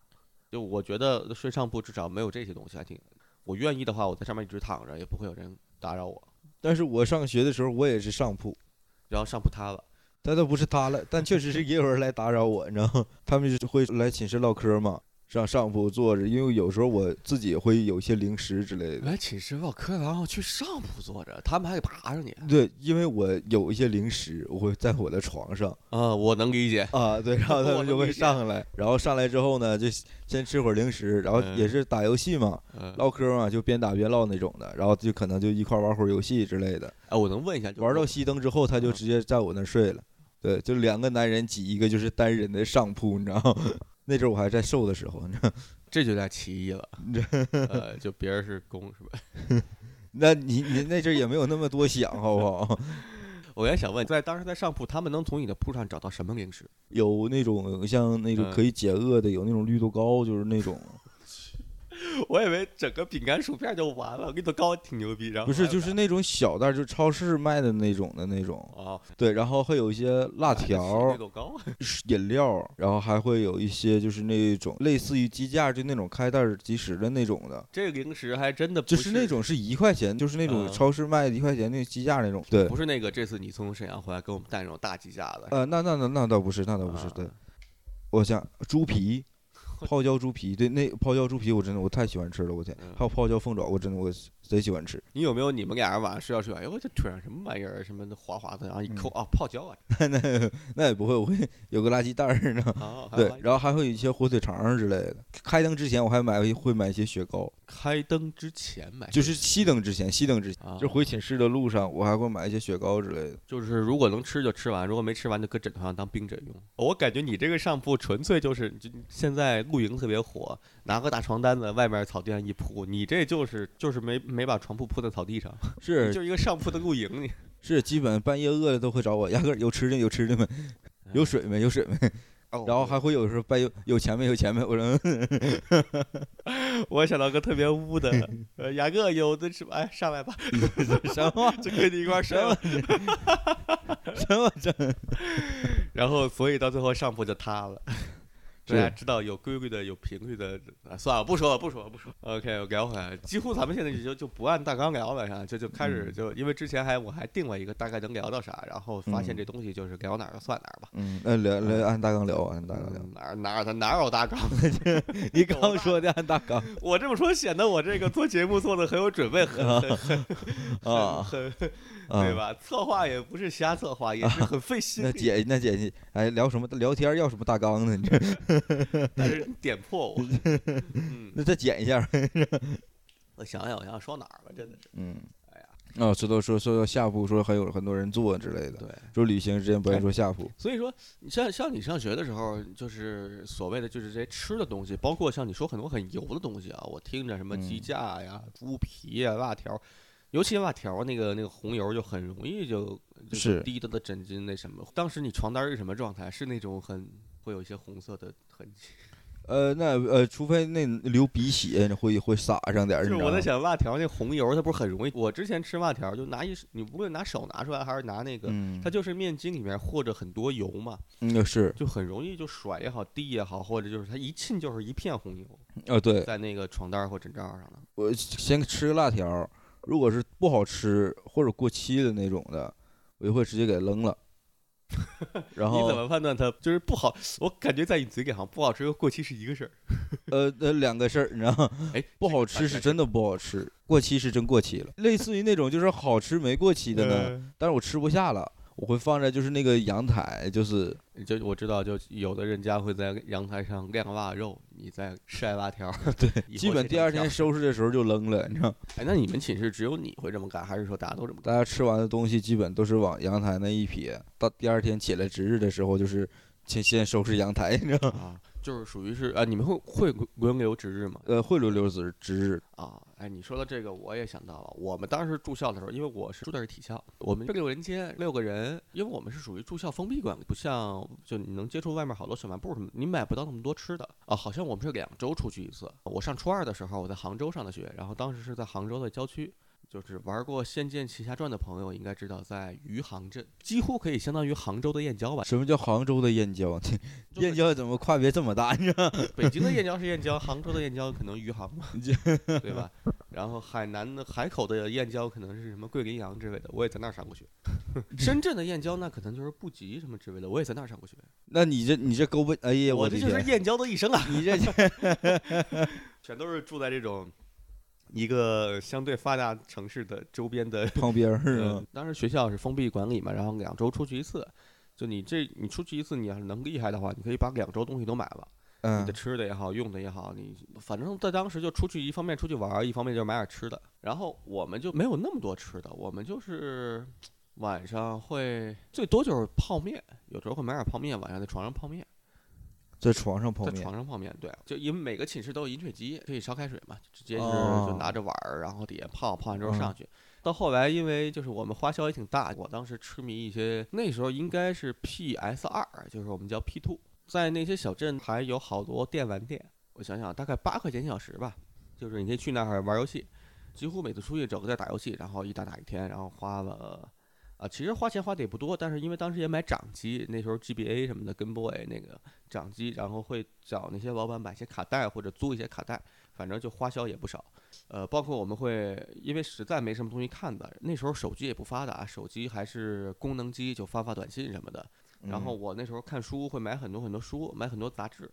S1: 就我觉得睡上铺至少没有这些东西，还挺。我愿意的话，我在上面一直躺着，也不会有人打扰我。
S2: 但是我上学的时候我也是上铺，
S1: 然后上铺塌了，
S2: 但倒不是塌了，但确实是也有人来打扰我，你知道吗？ 他们是会来寝室唠嗑嘛，上上铺坐着，因为有时候我自己会有一些零食之类的。
S1: 来寝室唠嗑，然后去上铺坐着，他们还得爬上你。
S2: 对，因为我有一些零食，我会在我的床上
S1: 啊，我能理解。
S2: 啊，对，然后他
S1: 我
S2: 们就
S1: 能
S2: 会
S1: 理解
S2: 上来，然后上来之后呢，就先吃会儿零食，然后
S1: 嗯
S2: 也是打游戏嘛，
S1: 嗯，
S2: 唠嗑嘛，就边打边唠那种的，然后就可能就一块儿玩会儿游戏之类的，
S1: 哎，我能问一下，就
S2: 玩
S1: 我
S2: 到熄灯之后，他就
S1: 嗯
S2: 直接在我那儿睡了。对，就两个男人挤一个就是单人的上铺，你知道吗？ 那阵儿我还在瘦的时候，你知道吗，
S1: 这就有点歧义 了。呃，就别人是公是吧？
S2: 那你你那阵儿也没有那么多想，好不好？
S1: 我也想问，在当时在上铺，他们能从你的铺上找到什么零食？
S2: 有那种像那种
S1: 嗯
S2: 可以解饿的，有那种绿豆糕，就是 那种
S1: 我以为整个饼干薯片就完了，绿豆糕挺牛逼，然后
S2: 不是
S1: 还有
S2: 就是
S1: 啥
S2: 那种小袋儿，就超市卖的那种的那种。
S1: 哦，
S2: 对，然后会有一些辣条
S1: 哎
S2: 儿
S1: 绿、豆糕，
S2: 饮料，然后还会有一些就是那种类似于鸡架，就那种开袋儿即食的那种的，
S1: 这个零食还真的不
S2: 就是那种是一块钱，就是那种
S1: 嗯
S2: 超市卖的一块钱那个鸡架那种。对
S1: 不，是那个这次你从沈阳回来给我们带那种大鸡架子，
S2: 呃，那那那那倒不是，那倒不是。
S1: 啊
S2: 对，我想猪皮。泡椒猪皮，对，那泡椒猪皮我真的我太喜欢吃了，我天！
S1: 嗯
S2: 还有泡椒凤爪，我真的我贼喜欢吃。
S1: 你有没有你们俩人晚上睡觉睡觉，哎呦我这腿上什么玩意儿，什么的滑滑的，然后一抠啊泡椒啊，
S2: 那那也不会，我会有个垃圾袋儿呢。
S1: 啊还有
S2: 对，然后还会有一些火腿肠儿之类的。开灯之前我还买会会买一些雪糕，
S1: 开灯之前买，
S2: 就是熄灯之前，熄灯之前，
S1: 啊
S2: 就回寝室的路上我还会买一些雪糕之类的。
S1: 就是如果能吃就吃完，如果没吃完就搁枕头上当冰枕用。我感觉你这个上铺纯粹就是，就现在露营特别火，拿个大床单子，外面草地上一铺，你这就是就是没没没把床铺铺在草地上，
S2: 是
S1: 就是一个上铺的露营。你
S2: 是，基本半夜饿了都会找我，压根儿有吃的有吃的没，
S1: 嗯
S2: 有水没有水
S1: 哦
S2: 没，然后还会有时候半夜有钱没有钱没，我说嗯
S1: 我想到个特别污 的，呃，雅各有的是，哎，上来吧，
S2: 什么
S1: 就跟你一块儿睡吧。
S2: 什么 这
S1: 然后，所以到最后上铺就塌 了。大家
S2: 是
S1: 知道有规律的，有频率的。啊，算了，不说了，不说了，不说了。OK，我聊回来，几乎咱们现在就就不按大纲聊了，啥就就开
S2: 嗯
S1: 始就因为之前还我还定了一个大概能聊到啥，然后发现
S2: 嗯
S1: 这东西就是聊哪儿就算哪儿吧。
S2: 嗯，那聊聊按大纲聊啊，按大纲聊。
S1: 哪儿哪儿咱哪有大纲？ 嗯
S2: 你刚说的按大纲
S1: 我这么说显得我这个做节目做的很有准备， 很很 很
S2: 啊，
S1: 很
S2: 啊
S1: 嗯对？吧？策划也不是瞎策划，也是很费心
S2: 那
S1: 力，
S2: 姐那姐姐哎聊什么聊天要什么大纲呢？你这
S1: 但是你点破我。嗯，
S2: 那再剪一下。
S1: 我想想，我想想说哪儿了，真的是。
S2: 嗯，
S1: 哎呀，
S2: 啊，知道说说到下铺，说还有很多人做之类的，
S1: 对，
S2: 说旅行之前不爱说下铺。
S1: 所以说，你像像你上学的时候，就是所谓的就是这些吃的东西，包括像你说很多很油的东西啊，我听着什么鸡
S2: 嗯
S1: 架呀、猪皮呀、辣条，尤其辣条那个那个红油就很容易就就是滴到的枕巾那什么。当时你床单是什么状态？是那种很会有一些红色的痕迹。
S2: 呃，那呃，除非那流鼻血，会会撒上点儿。
S1: 就是
S2: 你知
S1: 我
S2: 道
S1: 在
S2: 吗
S1: 想，辣条那红油它不是很容易？我之前吃辣条就拿一，你无论拿手拿出来还是拿那个，
S2: 嗯
S1: 它，就是面筋里面和着很多油嘛，
S2: 嗯是
S1: 就很容易就甩也好，滴也好，或者就是它一浸就是一片红油
S2: 啊，对
S1: 在那个床单或枕罩上了。
S2: 我先吃个辣条儿，如果是不好吃或者过期的那种的，我就会直接给它扔 了。然
S1: 你怎
S2: 后
S1: 么判断它就是不好？我感觉在你嘴里好像不好吃和过期是一个事儿。
S2: 呃呃两个事儿，你知道吗，
S1: 哎，
S2: 啊不好吃是真的不好吃，过期是真过期了。类似于那种就是好吃没过期的呢，
S1: 呢。
S2: 但是我吃不下了，我会放在就是那个阳台，就是
S1: 呃就我知道，就有的人家会在阳台上晾腊肉，你在晒辣条，对，
S2: 基本第二天收拾的时候就扔了，你知道吗。
S1: 哎，那你们寝室只有你会这么干，还是说大家都这么干？
S2: 大家吃完的东西基本都是往阳台那一撇，到第二天起来值日的时候，就是先先收拾阳台，你知道吗？
S1: 啊，就是属于是啊，你们会会轮轮流值日吗？
S2: 呃，会轮流值值日，
S1: 啊，哎，你说到这个，我也想到了。我们当时住校的时候，因为我是住的是体校，我们这六人间六个人，因为我们是属于住校封闭管理，不像就你能接触外面好多小卖部什么的，你买不到那么多吃的啊。好像我们是两周出去一次。我上初二的时候，我在杭州上的学，然后当时是在杭州的郊区。就是玩过《仙剑奇侠传》的朋友应该知道，在余杭镇几乎可以相当于杭州的燕郊吧。
S2: 什么叫杭州的燕 郊？
S1: 就是
S2: 燕郊怎么跨别这么大？你知道吗？
S1: 北京的燕郊是燕郊，杭州的燕郊可能余杭 嘛，对吧？然后海南的海口的燕郊可能是什么桂林洋之类的，我也在那儿上过 学。深圳的燕郊那可能就是布吉什么之类的，我也在那儿上过学。
S2: 那你这你这勾不？哎呀，
S1: 我
S2: 的
S1: 这就是
S2: 天！
S1: 燕郊的一生 啊，
S2: 你这
S1: 全都是住在这种一个相对发达城市的周边 的
S2: 旁边儿是吗
S1: 嗯，？当时学校是封闭管理嘛，然后两周出去一次。就你这，你出去一次，你要是能厉害的话，你可以把两周东西都买了。你
S2: 嗯
S1: 的，吃的也好，用的也好，你反正在当时就出去，一方面出去玩儿，一方面就是买点吃的。然后我们就没有那么多吃的，我们就是晚上会最多就是泡面，有时候会买点泡面，晚上在床上泡面，
S2: 在床上泡
S1: 在
S2: 面
S1: 床上泡面。对，就因为每个寝室都有饮水机，可以烧开水嘛，就直接就是就
S2: 哦
S1: 拿着碗儿，然后底下泡，泡完之后
S2: 嗯
S1: 上去。到后来，因为就是我们花销也挺大，我当时痴迷一些，那时候应该是 PS 二，就是我们叫 P two，在那些小镇还有好多电玩店。我想想，大概八块钱一小时吧，就是你可以去那儿玩游戏，几乎每次出去整个在打游戏，然后一打打一天，然后花了。啊，其实花钱花的也不多，但是因为当时也买掌机，那时候 GBA 什么的跟 boy 那个掌机，然后会找那些老板买一些卡带或者租一些卡带，反正就花销也不少。呃，包括我们会因为实在没什么东西看的，那时候手机也不发达，手机还是功能机，就发发短信什么的。
S4: 嗯
S1: 然后我那时候看书会买很多很多书，买很多杂志。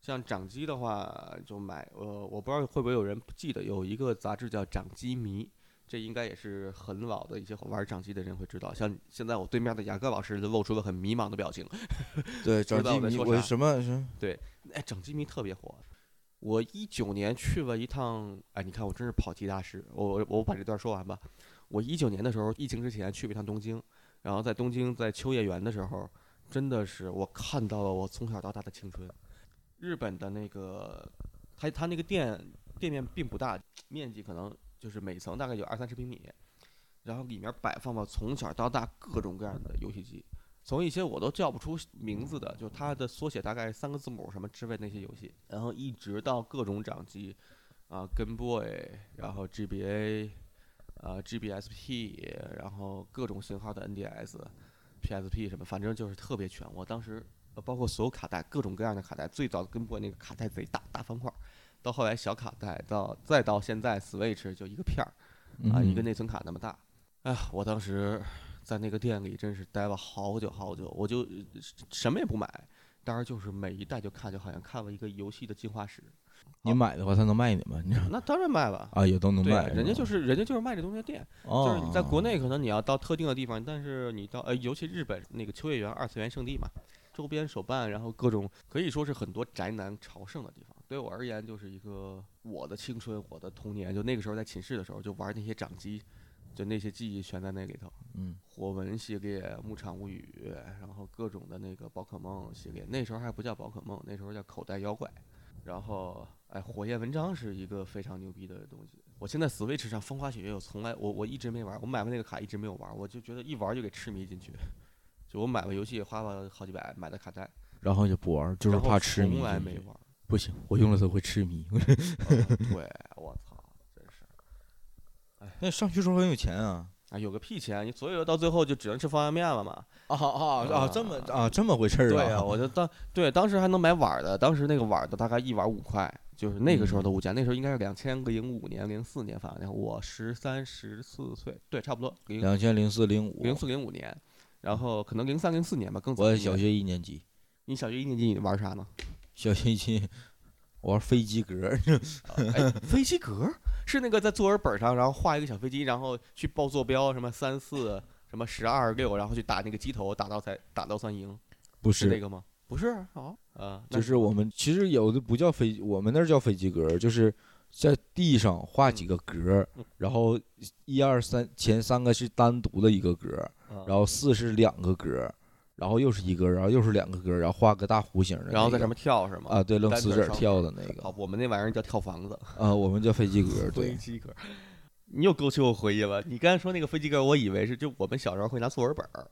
S1: 像掌机的话，就买呃，我不知道会不会有人不记得，有一个杂志叫《掌机迷》，这应该也是很老的一些玩掌机的人会知道。像现在我对面的雅各老师就露出了很迷茫的表情。
S2: 对，找
S1: 知道
S2: 机
S1: 我在
S2: 迷
S1: 说
S2: 我
S1: 啥
S2: 什么什么
S1: 哎，整机迷特别火。我一九年去了一趟，哎，你看我真是跑题大师。我我把这段说完吧。我一九年的时候，疫情之前去了一趟东京，然后在东京在秋叶原的时候，真的是我看到了我从小到大的青春。日本的那个，它它那个店店面并不大，面积可能就是每层大概有二三十平米，然后里面摆放了从小到大各种各样的游戏机，从一些我都叫不出名字的，就是它的缩写大概三个字母什么之类的那些游戏，然后一直到各种掌机，啊，Game Boy，然后 GBA，啊 GBSP，然后各种型号的 NDS、PSP 什么，反正就是特别全。我当时呃包括所有卡带，各种各样的卡带，最早 Game Boy 那个卡带贼大，大方块儿，到后来小卡带，到再到现在 Switch 就一个片儿。
S4: 嗯
S1: 啊，一个内存卡那么大。哎呀，我当时在那个店里真是待了好久好久，我就呃什什么也不买，当时就是每一代就看，就好像看了一个游戏的进化史。
S4: 你买的话，他能卖你吗？你
S1: 那当然卖了，
S4: 啊，也都能
S1: 对啊
S4: 卖，，
S1: 人家就是是人家就是卖这东西的店，
S4: 吧
S1: 就是你在国
S4: 哦
S1: 内可能你要到特定的地方，但是你到呃，尤其日本那个秋叶原二次元圣地嘛，周边手办，然后各种可以说是很多宅男朝圣的地方。对我而言，就是一个我的青春，我的童年，就那个时候在寝室的时候就玩那些掌机，就那些记忆全在那里头。
S4: 嗯，
S1: 火纹系列、牧场物语，然后各种的那个宝可梦系列，那时候还不叫宝可梦，那时候叫口袋妖怪。然后，哎，火焰纹章是一个非常牛逼的东西。我现在 Switch 上风花雪月，我从来我我一直没玩，我买了那个卡一直没有玩，我就觉得一玩就给痴迷进去。 就我买了游戏也花了好几百买的卡带，
S4: 然后也不玩，就是
S1: 然后
S4: 怕痴迷。
S1: 从来没玩。
S4: 不行，我用了它会痴 迷。
S1: 嗯对，我操，真是。
S2: 那上学时候很有钱啊。
S1: 啊，有个屁钱！你所有的到最后就只能吃方便面了嘛。
S4: 啊啊
S1: 啊这么啊
S4: 这么回事儿
S1: 对呀、我就当对当时还能买碗儿的，当时那个碗儿的大概一碗五块，就是那个
S4: 嗯
S1: 时候的物价，那时候应该是两千零五年、零四年，反正我十三、十四岁，对，差不多零
S4: 两千零四零五，
S1: 零四零五年，然后可能零三零四年吧，更早
S4: 我
S1: 一点
S4: 小学一年级，
S1: 你小学一年级你玩啥呢？
S4: 小学一年级我玩飞机格，
S1: 哎，飞机格儿是那个在作文本上，然后画一个小飞机，然后去报坐标，什么三四，什么十二六，然后去打那个机头，打到才打到算赢，
S4: 不是
S1: 是那个吗？不是啊，哦啊，那
S4: 就是我们其实有的不叫飞，我们那儿叫飞机格儿，就是在地上画几个格儿
S1: 嗯，
S4: 然后一二三前三个是单独的一个格儿，
S1: 啊
S4: 然后四是两个格儿，然后又是一个，然后又是两个格儿，然后画个大弧形的那个、
S1: 然后在上面跳是吗？
S4: 啊，对，扔
S1: 单
S4: 死
S1: 腿
S4: 子儿
S1: 上
S4: 跳的那
S1: 好
S4: 个，
S1: 我们那玩意儿叫跳房子，
S4: 啊，我们叫飞机格儿，对
S1: 飞，机格。你又勾起我回忆了。你刚才说那个飞机格，我以为是就我们小时候会拿作文本儿。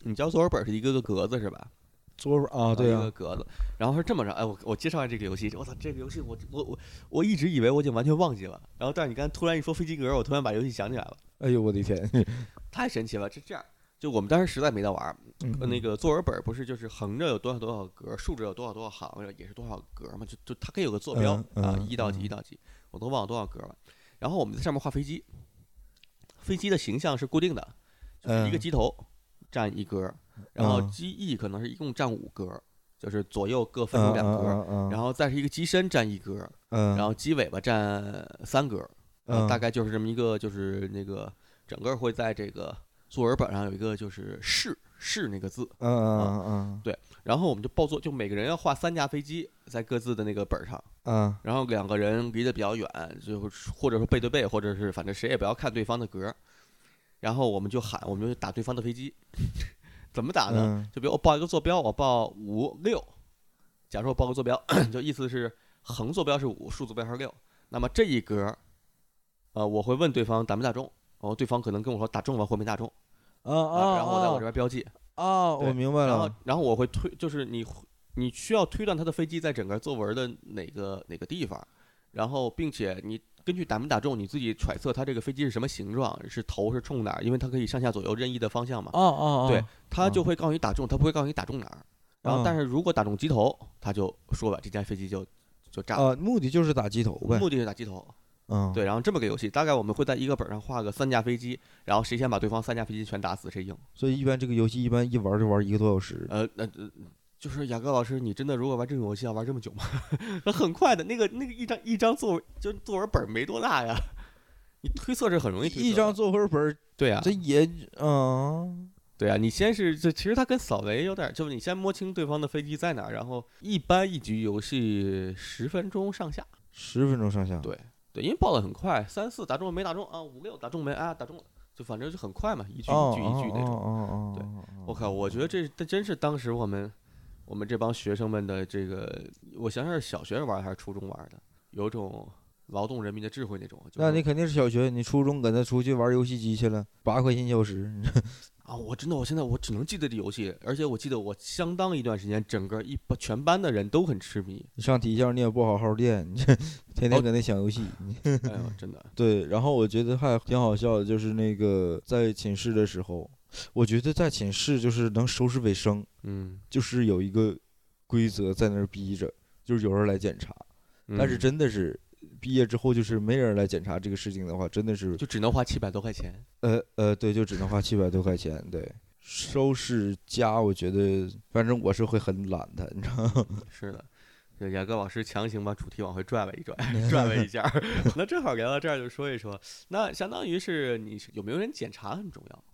S1: 你知道作文本儿是一个个格子是吧？
S4: 桌啊，对
S1: 一个
S4: 啊
S1: 个，格子。然后是这么着，哎，我我介绍一下这个游戏。我操，这个游戏我我我我一直以为我已经完全忘记了。然后但是你刚才突然一说飞机格，我突然把游戏想起来了，
S4: 哎呦我的天，
S1: 嗯太神奇了。是这样，就我们当时实在没得玩儿，呃那
S4: 个
S1: 个作文本儿不是就是横着有多少多少格，竖着有多少多少行，也是多少格嘛，就就它可以有个坐标、
S4: 嗯
S1: 啊，
S4: 嗯
S1: 一到几一到几，我都忘了多少格了。然后我们在上面画飞机，飞机的形象是固定的，就是一个
S4: 嗯
S1: 机头占一格，然后
S4: 嗯
S1: 机翼可能是一共占五格，就是左右各分成两格，然后再是一个机身占一格，
S4: 嗯，
S1: 然后机尾巴占三格，呃
S4: 嗯
S1: 大概就是这么一个，就是那个整个会在这个作文本上有一个就是“是”是那个字。
S4: 嗯
S1: 啊
S4: 嗯嗯
S1: 然后我们就报座，就每个人要画三架飞机在各自的那个本儿上，
S4: 嗯
S1: 然后两个人离得比较远，就是或者说背对背，或者是反正谁也不要看对方的格儿，然后我们就喊，我们就打对方的飞机， 怎么打呢？
S4: 嗯
S1: 就比如我报一个坐标，我报五六，假如说我报个坐标， 就意思是横坐标是五，竖坐标是六，那么这一格儿，呃，我会问对方打没打中，然后对方可能跟我说打中了或没打中，
S4: 啊
S2: 哦
S1: 啊，
S4: 啊，
S1: 然后我在我
S4: 这
S1: 这边标记，
S4: 啊，
S1: 对
S4: 我明白
S1: 然后
S2: 嗯
S4: 了，
S1: 然后我会推，就是你会你需要推断他的飞机在整个作文的哪个哪个地方，然后并且你根据打没打中，你自己揣测他这个飞机是什么形状，是头是冲哪儿，因为它可以上下左右任意的方向
S2: 哦
S1: 嘛，
S4: 啊啊，啊
S1: 对，他就
S4: 啊
S1: 会告诉你打中，他不会告诉你打中哪儿。然后，但
S4: 嗯
S1: 是如果打中机头，他就说了这架飞机就就
S2: 哦
S1: 炸了，
S2: 呃
S4: 啊，目的就是打鸡头呗，
S1: 目的是打机头。
S4: 嗯，
S1: 对，然后这么个游戏，大概我们会在一个本上画个三架飞机，然后谁先把对方三架飞机全打死，谁赢。
S4: 所以一般这个游戏一般一玩就玩一个多小时，
S1: 呃，那、呃、就是雅各老师，你真的如果玩这种游戏要玩这么久吗？ 很快的，那个那个一张一张作文就是作文本儿没多大呀，你推测是很容易推测的啊
S4: 一张作文本儿
S1: 对呀、
S4: 这也嗯
S1: 对啊呀、你先是这其实它跟扫雷有点儿，就是你先摸清对方的飞机在哪儿，然后一般一局游戏十分钟上下，
S4: 十分钟上下，
S1: 对对，因为报的很快，三四打中了没打中啊，五六打中没啊打中了，就反正就很快嘛，一句
S4: 哦，
S1: 一句一句那种。
S4: 种
S2: 哦
S1: 对
S2: 嗯
S4: 对
S1: 我靠，我觉得这这真是当时我们我们这帮学生们的这个，我想想是小学玩还是初中玩的，有种劳动人民的智慧那种。就是
S2: 那你肯定是小学，你初中搁那出去玩游戏机去了，八块钱一小时，
S1: 啊，我真的，我现在我只能记得这游戏，而且我记得我相当一段时间，整个一班全班的人都很痴 迷。
S2: 你上体校你也不好好练，你这天
S1: 哦
S2: 天搁那想游戏。
S1: 哎呦，真的，
S2: 对，然后我觉得还挺好笑的，就是那个在寝室的时候，我觉得在寝室就是能收拾卫生，
S1: 嗯，
S2: 就是有一个规则在那儿逼着，就是有人来检查，但是
S1: 嗯
S2: 真的是。毕业之后就是没人来检查这个事情的话，真的是
S1: 就只能花七百多块钱。
S2: 呃呃，对，就只能花七百多块钱。对，收拾家，我觉得反正我是会很懒的，你知道吗？
S1: 是的，这雅各老师强行把主题往回拽了一 拽，拽了一下儿。 那正好聊到这儿，就说一说，那相当于是你是有没有人检查很重要。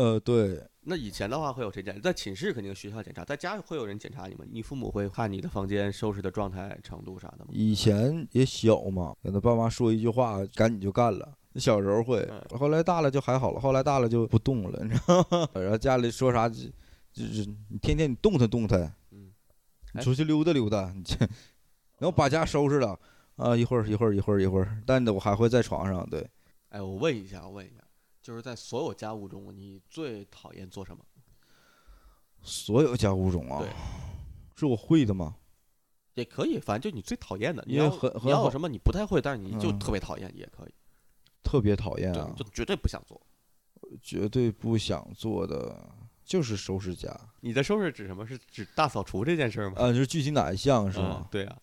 S2: 呃，对，
S1: 那以前的话会有谁检查？在寝室肯定学校检查，在家会有人检查你们，你父母会看你的房间收拾的状态程度啥的吗？
S2: 以前也小嘛，可能爸妈说一句话，赶紧就干了。小时候会，
S1: 嗯
S2: 后来大了就还好了，后来大了就不动了，你知道 吗？然后家里说啥就就是你天天你动弹动弹，
S1: 嗯哎
S2: 你
S1: 哦
S2: 出去溜达溜达，你这然后把家收拾了啊，一会儿一会儿一会儿一会儿，但我还会在床上，对，
S1: 哎，我问一下，我问一下，就是在所有家务中，你最讨厌做什么？
S2: 所有家务中啊
S1: 对，
S2: 是我会的吗？
S1: 也可以，反正就你最讨厌的，你
S2: 因为
S1: 要
S2: 很
S1: 你
S2: 很
S1: 要
S2: 好
S1: 有什么你不太会，但是你就
S2: 嗯
S1: 特别讨厌也可以，
S2: 特别讨厌啊
S1: 对，，就绝对不想做。
S2: 绝对不想做的就是收拾家啊
S1: 你的收拾指什么？是指大扫除这件事儿吗？，
S2: 就是具体哪一项呃是
S1: 嗯
S2: 吗？
S1: 对啊，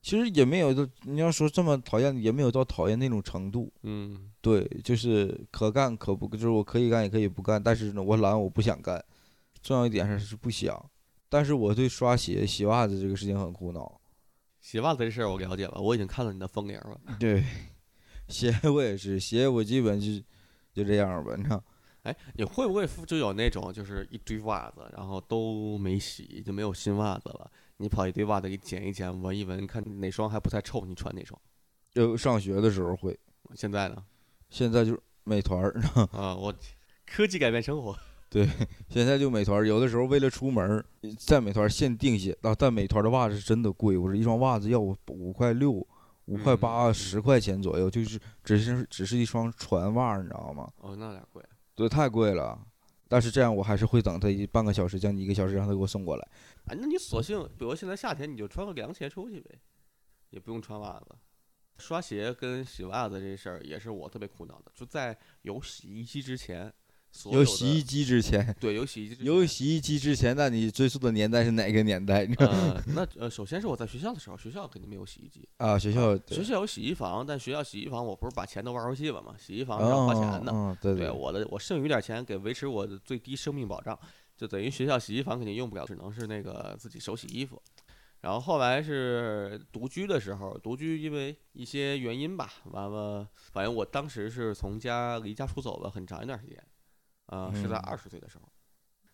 S2: 其实也没有，就你要说这么讨厌，也没有到讨厌那种程度。
S1: 嗯，
S2: 对，就是可干可不，就是我可以干也可以不干，但是呢，我懒，我不想干。重要一点是是不想，但是我对刷鞋、洗袜子这个事情很苦恼。
S1: 洗袜子这事儿我了解了，我已经看到你的风影了。
S2: 对，鞋我也是，鞋我基本就就这样吧，你知道。
S1: 哎，你会不会就有那种就是一堆袜子，然后都没洗，就没有新袜子了？你跑一堆袜子给捡一捡，闻一闻，看哪双还不太臭，你穿哪双？
S2: 就上学的时候会，
S1: 现在呢？
S2: 现在就是美团儿，
S1: 啊，我科技改变生活。
S2: 现在就美团儿，有的时候为了出门儿，在美团儿限定些啊，但美团儿的袜子是真的贵，我这一双袜子要我五块六、五块八、
S1: 嗯
S2: 十块钱左右，就是只是只是一双船袜儿，你知道吗？
S1: 哦，那有点贵。
S2: 对，太贵了。但是这样我还是会等他一半个小时，将近一个小时让他给我送过来。
S1: 啊，那你索性，比如现在夏天，你就穿个凉鞋出去呗，也不用穿袜子。刷鞋跟洗袜子这事儿也是我特别苦恼的，就在有洗衣机之前，所
S2: 有
S1: 的
S2: 洗衣机之前，
S1: 对有洗衣机之
S2: 有
S1: 前
S2: 洗 衣机之前，那你追溯的年代是哪个 年代？你知道
S1: 呃，那呃，首先是我在学校的时候，学校肯定没有洗衣机，
S2: 啊，学校
S1: 学校有洗衣房，但学校洗衣房我不是把钱都玩儿游戏了嘛，洗衣房是要花钱的。
S2: 嗯，对
S1: 对，我的我剩余点钱给维持我的最低生命保障，就等于学校洗衣房肯定用不了，只能是那个自己手洗衣服。然后后来是独居的时候，独居因为一些原因吧，完了，反正我当时是从家离家出走了很长一段时间，啊、是在
S2: 嗯
S1: 二十岁的时候。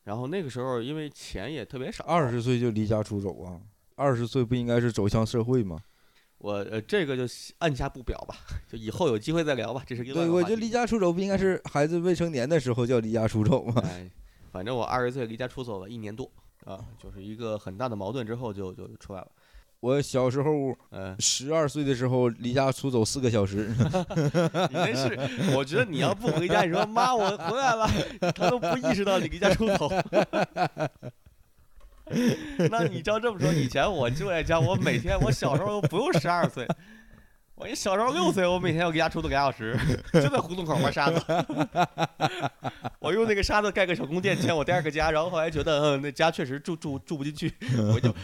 S1: 然后那个时候因为钱也特别少，
S2: 二十岁就离家出走啊，二十岁不应该是走向社会吗？
S1: 我呃这个就按下不表吧， 就以后有机会再聊吧，这是另外一
S2: 对，
S1: 个
S2: 我
S1: 话
S2: 觉得
S1: 题嗯
S2: 离家出走不应该是孩子未成年的时候叫离家出走吗？
S1: 哎，反正我二十岁离家出走了一年多啊，就是一个很大的矛盾之后就就出来了。
S2: 我小时候，
S1: 嗯
S2: 十二岁的时候离家出走四个小时，
S1: 你那是，我觉得你要不回家，你说妈我回来了， 他都不意识到你离家出走。 那你照这么说，以前我就在家，我每天我小时候不用十二岁，我一小时候六岁，我每天要离家出走俩小时，就在胡同口玩沙子。 我用那个沙子盖个小宫殿，建我第二个家，然后后来觉得，嗯，那家确实住住住不进去， 我就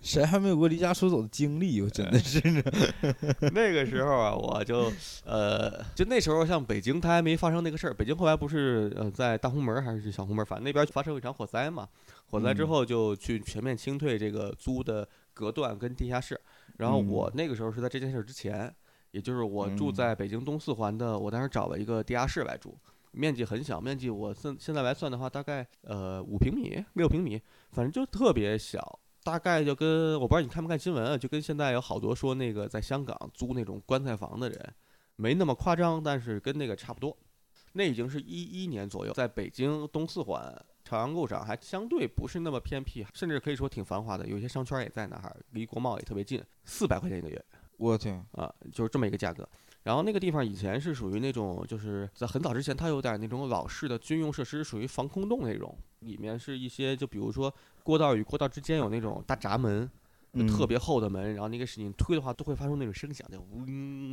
S2: 谁还没有过离家出走的经历？我真的是呢，
S1: 那个时候啊，我就呃，就那时候像北京，它还没发生那个事儿。北京后来不是呃，在大红门儿还是小红门儿，反正那边发生了一场火灾嘛。火灾之
S2: 嗯
S1: 后就去全面清退这个租的隔断跟地下室。然后我那个时候是在这件事儿之前，也就是我住
S2: 嗯
S1: 在北京东四环的，我当时找了一个地下室来住。面积很小，面积我现现在来算的话，大概呃五平米、六平米，反正就特别小，大概就跟我不知道你看没看新闻啊，就跟现在有好多说那个在香港租那种棺材房的人，没那么夸张，但是跟那个差不多。那已经是一一年左右，在北京东四环朝阳路上还相对不是那么偏僻，甚至可以说挺繁华的，有一些商圈也在那儿，离国贸也特别近，四百块钱一个月。
S2: 我天，
S1: 啊，就是这么一个价格。然后那个地方以前是属于那种，就是在很早之前，它有点那种老式的军用设施，属于防空洞那种，里面是一些就比如说过道与过道之间有那种大闸门，就特别厚的门，然后那个是你推的话都会发出那种声响，就嗡，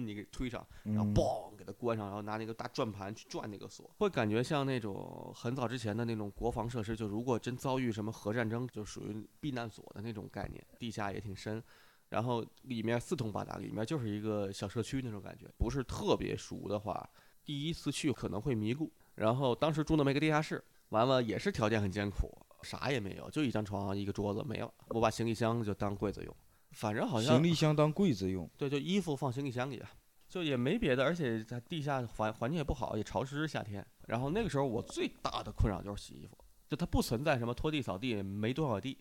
S1: 你给推上，
S2: 嗯，
S1: 然后
S2: 嗯，
S1: 嘣给它关上，然后拿那个大转盘去转那个锁，会感觉像那种很早之前的那种国防设施，就如果真遭遇什么核战争，就属于避难所的那种概念，地下也挺深。然后里面四通八达，里面就是一个小社区那种感觉，不是特别熟的话，第一次去可能会迷路。然后当时住那么一个地下室，完了也是条件很艰苦，啥也没有，就一张床一个桌子没了。我把行李箱就当柜子用，反正好像
S2: 行李箱当柜子用，
S1: 对，就衣服放行李箱里啊，就也没别的，而且它地下环环境也不好，也潮湿，夏天。然后那个时候我最大的困扰就是洗衣服，就它不存在什么拖地、扫地，没多少地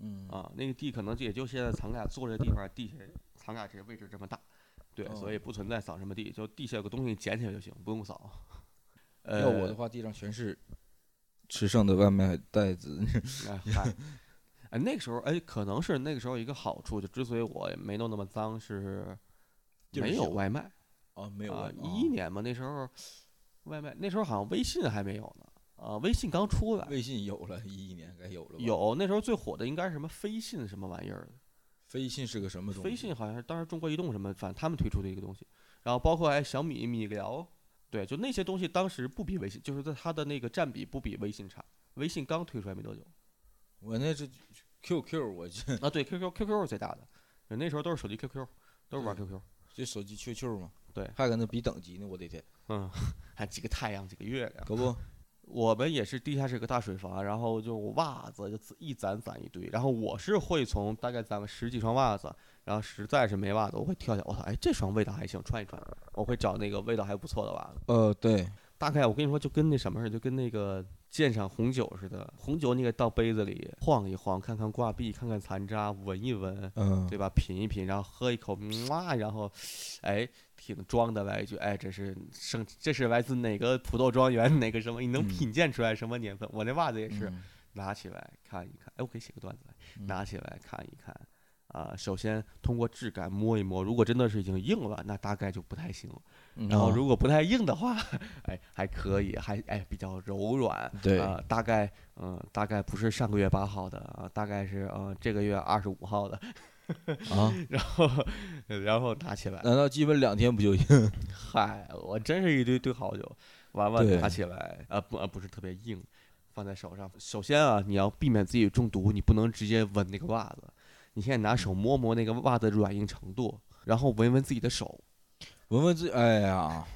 S2: 嗯
S1: 啊，那个地可能也就现在咱俩坐着的地方，地下咱俩这个位置这么大，对，所以不存在扫什么地，就地下有个东西捡起来就行，不用 扫。呃，
S2: 要我的话，地上全是吃剩的外卖袋子，
S1: 哎嗨，哎，那个时候哎，可能是那个时候一个好处，就之所以我也没弄那么脏是
S2: 就是
S1: 没有
S2: 小
S1: 外卖。
S2: 啊，没
S1: 啊，
S2: 外卖
S1: 一一年嘛，那时候外卖，那时候好像微信还没有呢，啊，微信刚出来，
S2: 微信有了，一一年该有了吧？
S1: 有那时候最火的应该是什么飞信什么玩意儿的，
S2: 飞信是个什么东西？
S1: 飞信好像是当时中国移动什么，反正他们推出的一个东西，然后包括哎还小米、米聊，对，就那些东西当时不比微信，就是在它的那个占比不比微信差，微信刚推出来没多久
S2: 我那是 QQ，我就
S1: 啊，对，QQ QQ 是最大的，就那时候都是手机 QQ，都是玩
S2: 对
S1: QQ，
S2: 就手机 QQ 嘛，
S1: 对
S2: 还跟那比等级呢，我的天，
S1: 嗯， 还几个太阳几个月亮。
S2: 可不，
S1: 我们也是地下室有个大水房，然后就袜子就自一攒攒一堆，然后我是会从大概攒个十几双袜子，然后实在是没袜子，我会挑一下，我操，哎，这双味道还行，穿一穿，我会找那个味道还不错的袜子。
S2: 呃，对，
S1: 大概我跟你说，就跟那什么似的，就跟那个鉴赏红酒似的，红酒你给倒杯子里晃一晃，看看挂壁，看看残渣，闻一闻，
S2: 嗯，
S1: 对吧？品一品，然后喝一口，哇，然后，哎，挺装的来一句，哎，这是生，这是来自哪个葡萄庄园哪个什么？你能
S2: 嗯
S1: 品鉴出来什么年份？我那袜子也
S2: 嗯，
S1: 是，拿起来看一看，哎，我可以写个段子来，
S2: 嗯
S1: 拿起来看一看。啊、首先通过质感摸一摸，如果真的是已经硬了，那大概就不太行了。
S2: 嗯，
S1: 然后
S2: 啊
S1: 如果不太硬的话，哎，还可以，还哎比较柔软，
S2: 对
S1: 啊、大概嗯、大概不是上个月八号的啊、大概是呃这个月二十五号的，
S2: 啊，
S1: 然后 然后拿起来，
S2: 难道基本两天不就行？
S1: 嗨，我真是一堆堆好酒，完了
S2: 对
S1: 拿起来，啊不啊不是特别硬，放在手上。首先啊，你要避免自己中毒，你不能直接闻那个袜子，你现在拿手摸摸那个袜子的软硬程度，然后闻闻自己的手，
S2: 闻闻自己，哎呀，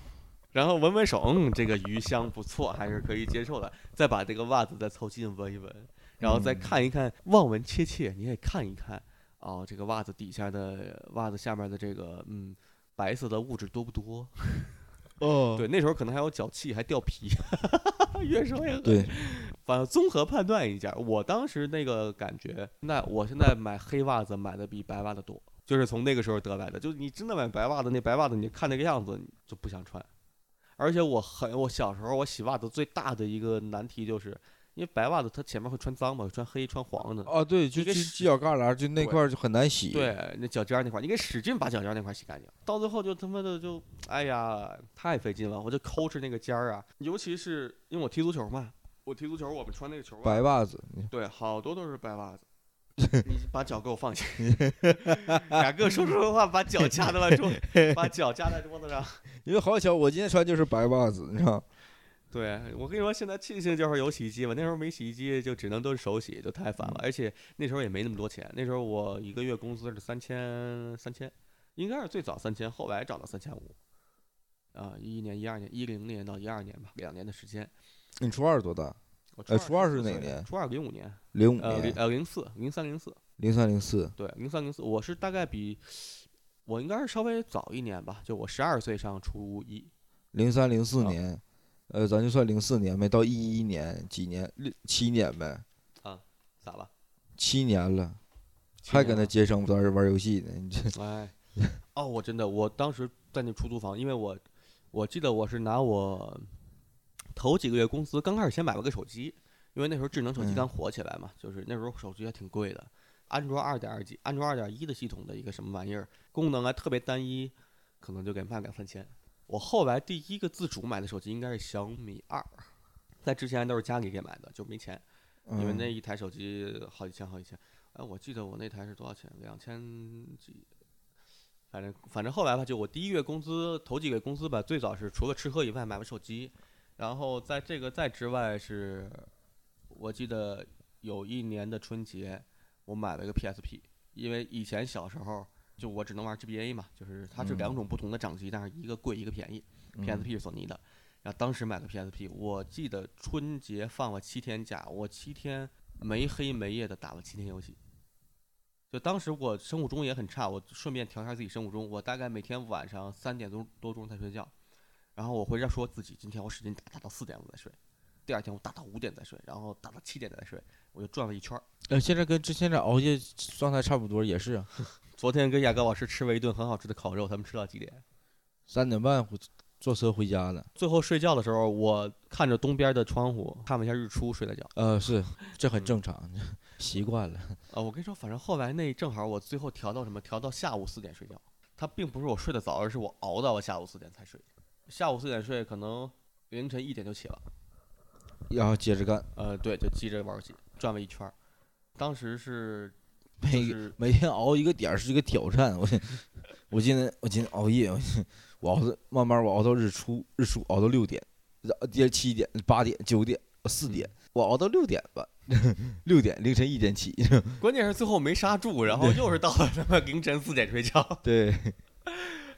S1: 然后闻闻手，嗯，这个鱼香不错，还是可以接受的。再把这个袜子再凑近闻一闻，然后再
S2: 嗯
S1: 看一看，望闻切切，你也看一看哦，这个袜子底下的袜子下面的这个嗯白色的物质多不多？
S2: 哦，
S1: 对，那时候可能还有脚气，还掉皮， 越说越恶心。
S2: 对，
S1: 反正综合判断一下，我当时那个感觉，那我现在买黑袜子买的比白袜子多，就是从那个时候得来的。就是你真的买白袜子，那白袜子你看那个样子你就不想穿。而且我很，我小时候我洗袜子最大的一个难题就是，因为白袜子它前面会穿脏嘛，会穿黑穿黄的，
S2: 啊，对，就
S1: 一个
S2: 就是犄角旮旯，就那
S1: 对
S2: 块儿就很难洗，，
S1: 对，那脚尖儿那块儿，你给使劲把脚尖儿那块儿洗干净，到最后就他妈的就，哎呀，太费劲了，我就抠着那个尖儿啊，尤其是因为我踢足球嘛，我踢足球我们穿那个球袜
S2: 白袜子，
S1: 对，好多都是白袜子。你把脚给我放下， 俩哥说说话，把脚夹在桌，把脚夹在桌子上。
S2: 因为好巧，我今天穿就是白袜子，你知道，
S1: 对我跟你说，现在庆幸就是有洗衣机吧，那时候没洗衣机，就只能都是手洗，就太
S2: 嗯
S1: 烦了。而且那时候也没那么多钱，那时候我一个月工资是三千三千，应该是最早三千，后来涨到三千五。啊，一一年、一二年、一零年到一二年吧，两年的时间。
S2: 你初二多大？
S1: 我
S2: 呃初二
S1: 14
S2: 是哪
S1: 岁
S2: 年
S1: 初二零五年，
S2: 零五
S1: 呃，零
S2: 年，
S1: 呃零四零三零四。
S2: 零三零四，
S1: 对，零三零四，我是大概比我应该是稍微早一年吧，就我十二岁上初一，
S2: 零三零四
S1: 啊
S2: 年，呃，咱就算零四年呗，到一一年几年？六七年呗，
S1: 咋了？
S2: 七年了，
S1: 七
S2: 还
S1: 年
S2: 搁那
S1: 了
S2: 街上玩玩游戏呢，你这
S1: 哎，哦，我真的，我当时在那出租房，因为我我记得我是拿我头几个月工资，刚开始先买了个手机，因为那时候智能手机
S2: 嗯
S1: 刚火起来嘛，就是那时候手机还挺贵的，安卓二点二几、安卓二点一的系统的一个什么玩意儿，功能还啊特别单一，可能就给卖两三千。我后来第一个自主买的手机应该是小米二，在之前都是家里给买的，就没钱，因为
S2: 嗯
S1: 那一台手机好几千好几千。哎，我记得我那台是多少钱？两千几。反正反正后来吧，就我第一月工资头几个月工资吧，最早是除了吃喝以外买个手机，然后在这个再之外是，我记得有一年的春节，我买了一个 PSP，因为以前小时候就我只能玩 GBA 嘛，就是它是两种不同的掌机，但是一个贵一个便宜，PSP
S2: 嗯
S1: 是索尼的，然后当时买个 PSP，我记得春节放了七天假，我七天没黑没夜的打了七天游戏。就当时我生物钟也很差，我顺便调一下自己生物钟，我大概每天晚上三点多多钟才睡觉，然后我会让说自己今天我使劲打打到四点我再睡，第二天我打到五点再睡，然后打到七点再睡，我就转了一圈儿。
S2: 呃，现在跟之前的熬夜状态差不多，也是啊
S1: 昨天跟雅各老师吃了一顿很好吃的烤肉，他们吃到几点？
S2: 三点半回坐车回家的。
S1: 最后睡觉的时候，我看着东边的窗户看了一下日出，睡了觉。
S2: 呃，是，这很正常， 习惯了。
S1: 啊，我跟你说，反正后来那正好我最后调到什么，调到下午四点睡觉。它并不是我睡得早，而是我熬到了下午四点才睡。下午四点睡，可能凌晨一点就起了。
S2: 然后接着干，
S1: 呃，对，就记着玩游戏，转了一圈儿。当时是就
S2: 每
S1: 是
S2: 每天熬一个点儿是一个挑战。我我今天我今天熬夜，我我熬到慢慢我熬到日出，日出熬到六点，然后第二七点、八点、九点、四点，我熬到六点吧， 六点凌晨一点起。
S1: 关键是最后没刹住，然后又是到了什么凌晨四点睡觉。
S2: 对，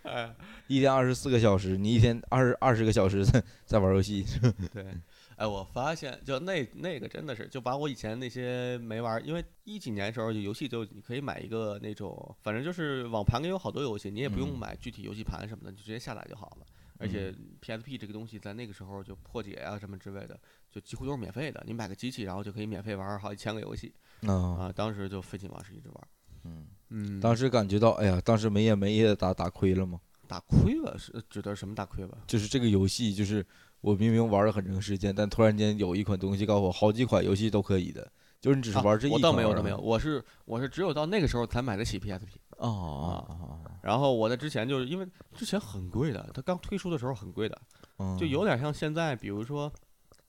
S1: 哎，
S2: 一天二十四个小时，你一天二二十个小时在在玩游戏。
S1: 对，
S2: 嗯
S1: 哎，我发现就那那个真的是就把我以前那些没玩儿，因为一几年的时候就游戏就你可以买一个那种，反正就是网盘里有好多游戏，你也不用
S2: 嗯
S1: 买具体游戏盘什么的，你就直接下载就好了。而且 PSP 这个东西在那个时候就破解啊什么之类的，就几乎都是免费的。你买个机器，然后就可以免费玩儿好几千个游戏
S2: 啊，
S1: 啊！当时就废寝忘食一直玩儿。
S2: 嗯，
S1: 嗯，
S2: 当时感觉到，哎呀，当时没夜没夜地打打亏了吗？
S1: 打亏了是指的是什么打亏了？
S2: 就是这个游戏，就是我明明玩了很长时间，但突然间有一款东西告诉我，好几款游戏都可以的，就是你只是
S1: 啊
S2: 玩这一
S1: 我
S2: 款、
S1: 倒没有，倒没有，我是我是只有到那个时候才买得起 PSP。
S2: 啊啊啊
S1: 然后我在之前就是因为之前很贵的，它刚推出的时候很贵的，
S2: 啊！
S1: 就有点像现在，比如说，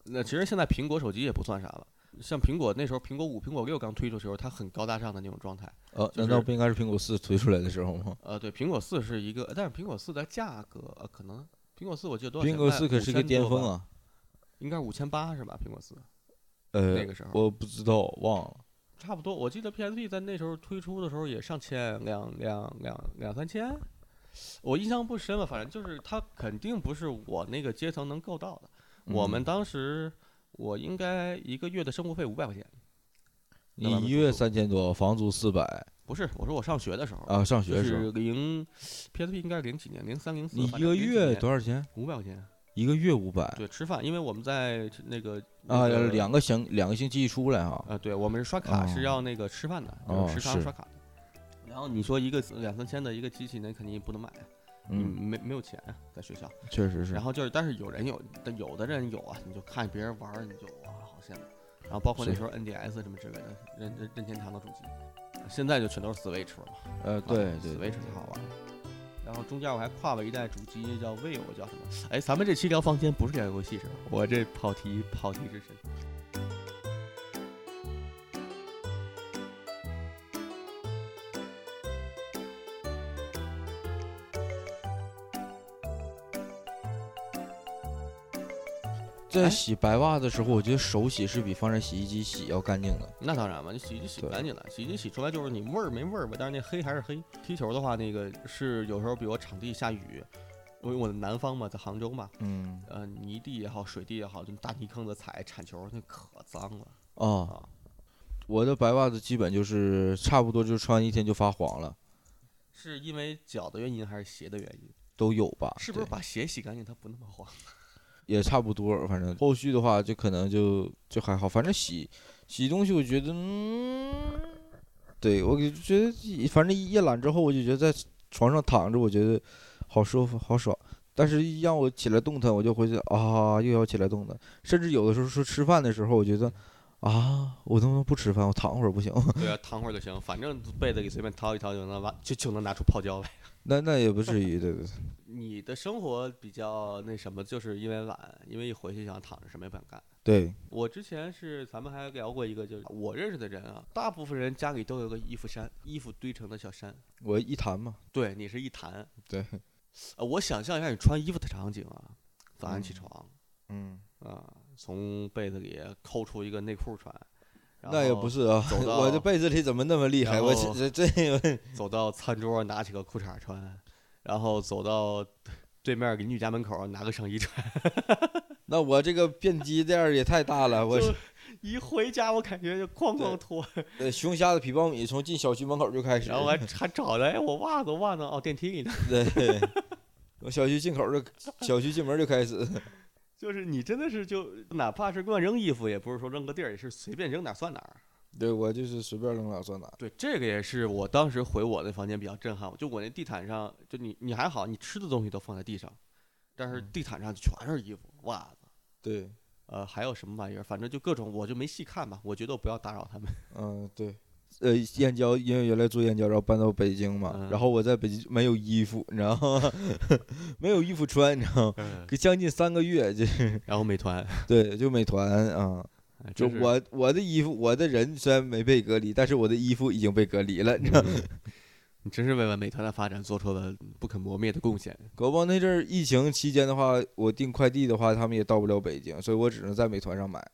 S1: 那其实现在苹果手机也不算啥了。像苹果那时候，苹果五、苹果六刚推出的时候，它很高大上的那种状态。
S2: 呃、
S1: 就
S2: 难道
S1: 是
S2: 不应该是苹果四推出来的时候 吗？
S1: 呃，对，苹果四是一个，但是苹果四的价格，呃，可能苹果四我记得多少钱？
S2: 苹果
S1: 卖
S2: 四可是个
S1: 5000
S2: 巅
S1: 多
S2: 峰
S1: 吧，
S2: 啊！
S1: 应该是五千八是吧？苹果四
S2: 呃，
S1: 那个时候
S2: 我不知道，忘了。
S1: 差不多，我记得 PSP 在那时候推出的时候也上千，两两两两三千，我印象不深了，反正就是它肯定不是我那个阶层能够到的。我们
S2: 嗯
S1: 当时我应该一个月的生活费五百块钱，那咱
S2: 你
S1: 们
S2: 一
S1: 住
S2: 月
S1: 宿
S2: 三千多，房租四百
S1: 不是，我说我上学的时候，
S2: 啊，上学
S1: 就
S2: 的时候，
S1: 哦是零 PSP 应该是零几年，零三零四，
S2: 你一个月多少钱？
S1: 五百块钱，
S2: 一个月五百
S1: 对，吃饭，因为我们在那个
S2: 啊，
S1: 那个
S2: 两个星两个星期一出来啊，
S1: 呃，对我们是刷卡
S2: 哦
S1: 是要那个吃饭的，
S2: 哦
S1: 就是食堂
S2: 是
S1: 刷卡的。然后你说一个两三千的一个机器，那肯定不能买啊，你
S2: 嗯，
S1: 没没有钱啊，在学校。
S2: 确实是
S1: 然。后就是，但是有人有，但有的人有啊，你就看别人玩儿，你就哇，好羡慕。然后包括那
S2: 是
S1: 时候 NDS 什么之类的，任任任天堂的主机，现在就全都是 Switch 了嘛。
S2: 呃，对对对，
S1: ，Switch 挺好玩。然后中间我还跨了一代主机，叫 vivo，叫什么？哎，咱们这期聊房间不是聊游戏是吧？我这跑题跑题之深。
S2: 在
S1: 哎
S2: 洗白袜子的时候，我觉得手洗是比放在洗衣机洗要干净的。
S1: 那当然嘛，你洗衣机洗
S2: 对
S1: 干净了，洗衣机洗出来就是你味儿没味儿吧，但是那黑还是黑。踢球的话，那个是有时候比如场地下雨，因为我的南方嘛，在杭州嘛，
S2: 嗯，
S1: 呃，泥地也好，水地也好，就大泥坑子踩铲球那可脏了
S2: 哦，
S1: 啊。
S2: 我的白袜子基本就是差不多，就穿一天就发黄了，
S1: 是因为脚的原因还是鞋的原因？
S2: 都有吧？
S1: 是不是
S2: 啊对
S1: 把鞋洗干净它不那么 黄？
S2: 也差不多？反正后续的话，就可能就就还好。反正洗洗东西，我觉得，嗯，对我给觉得一，反正一夜懒之后，我就觉得在床上躺着，我觉得好舒服，好爽。但是一让我起来动弹，我就回去啊，又要起来动弹。甚至有的时候说吃饭的时候，我觉得啊，我能不能不吃饭？我躺会儿不行？
S1: 对啊，躺会儿就行，反正被子里随便掏一掏就能挖，就就能拿出泡椒来。
S2: 那那也不至于，对对 对，
S1: 你的生活比较那什么，就是因为晚，因为一回去想躺着什么也不想干。
S2: 对，
S1: 我之前是咱们还聊过一个，就是我认识的人啊，大部分人家里都有个衣服山，衣服堆成的小山。
S2: 我一弹嘛，
S1: 对，你是一坛。
S2: 对，
S1: 呃，我想象一下你穿衣服的场景啊，早上起
S2: 嗯
S1: 床
S2: 嗯，
S1: 啊、从被子里抠出一个内裤穿，然
S2: 那也
S1: 后
S2: 不是啊，
S1: 走
S2: 我这
S1: 到
S2: 被子里怎么那么厉害？
S1: 然
S2: 我
S1: 后
S2: 这这这，
S1: 走到餐桌拿起个裤衩穿，然后走到对面邻居家门口拿个上衣穿。
S2: 那我这个变鸡店儿也太大了，我
S1: 就 一回家我感觉就哐哐
S2: 对
S1: 脱，
S2: 呃熊瞎子皮苞米从进小区门口就开始，
S1: 然后我还还找着，哎，我袜子我袜子哦电梯里呢。
S2: 对，我小区进口就小区进门就开始，
S1: 就是你真的是就哪怕是乱扔衣服，也不是说扔个地儿，也是随便扔哪儿算哪儿。啊
S2: 对我就是随便扔哪算哪，
S1: 对，这个也是我当时回我的房间比较震撼。就我那地毯上，就你你还好，你吃的东西都放在地上，但是
S2: 嗯
S1: 地毯上全是衣服、袜子，
S2: 对，
S1: 呃，还有什么玩意儿，反正就各种，我就没细看吧。我觉得我不要打扰他们。
S2: 嗯对。呃，燕郊，因为原来做燕郊，然后搬到北京嘛，
S1: 嗯
S2: 然后我在北京没有衣服，你知道吗？ 没有衣服穿，你知道吗？
S1: 嗯
S2: 将近三个月，这
S1: 然后美团，
S2: 对，就美团啊、
S1: 哎
S2: 就
S1: 真是
S2: 我我的衣服，我的人虽然没被隔离，但是我的衣服已经被隔离了，你知道吗？
S1: 你真是为了美团的发展做出了不可磨灭的贡献。
S2: 狗帮那阵儿疫情期间的话，我订快递的话，他们也到不了北京，所以我只能在美团上买，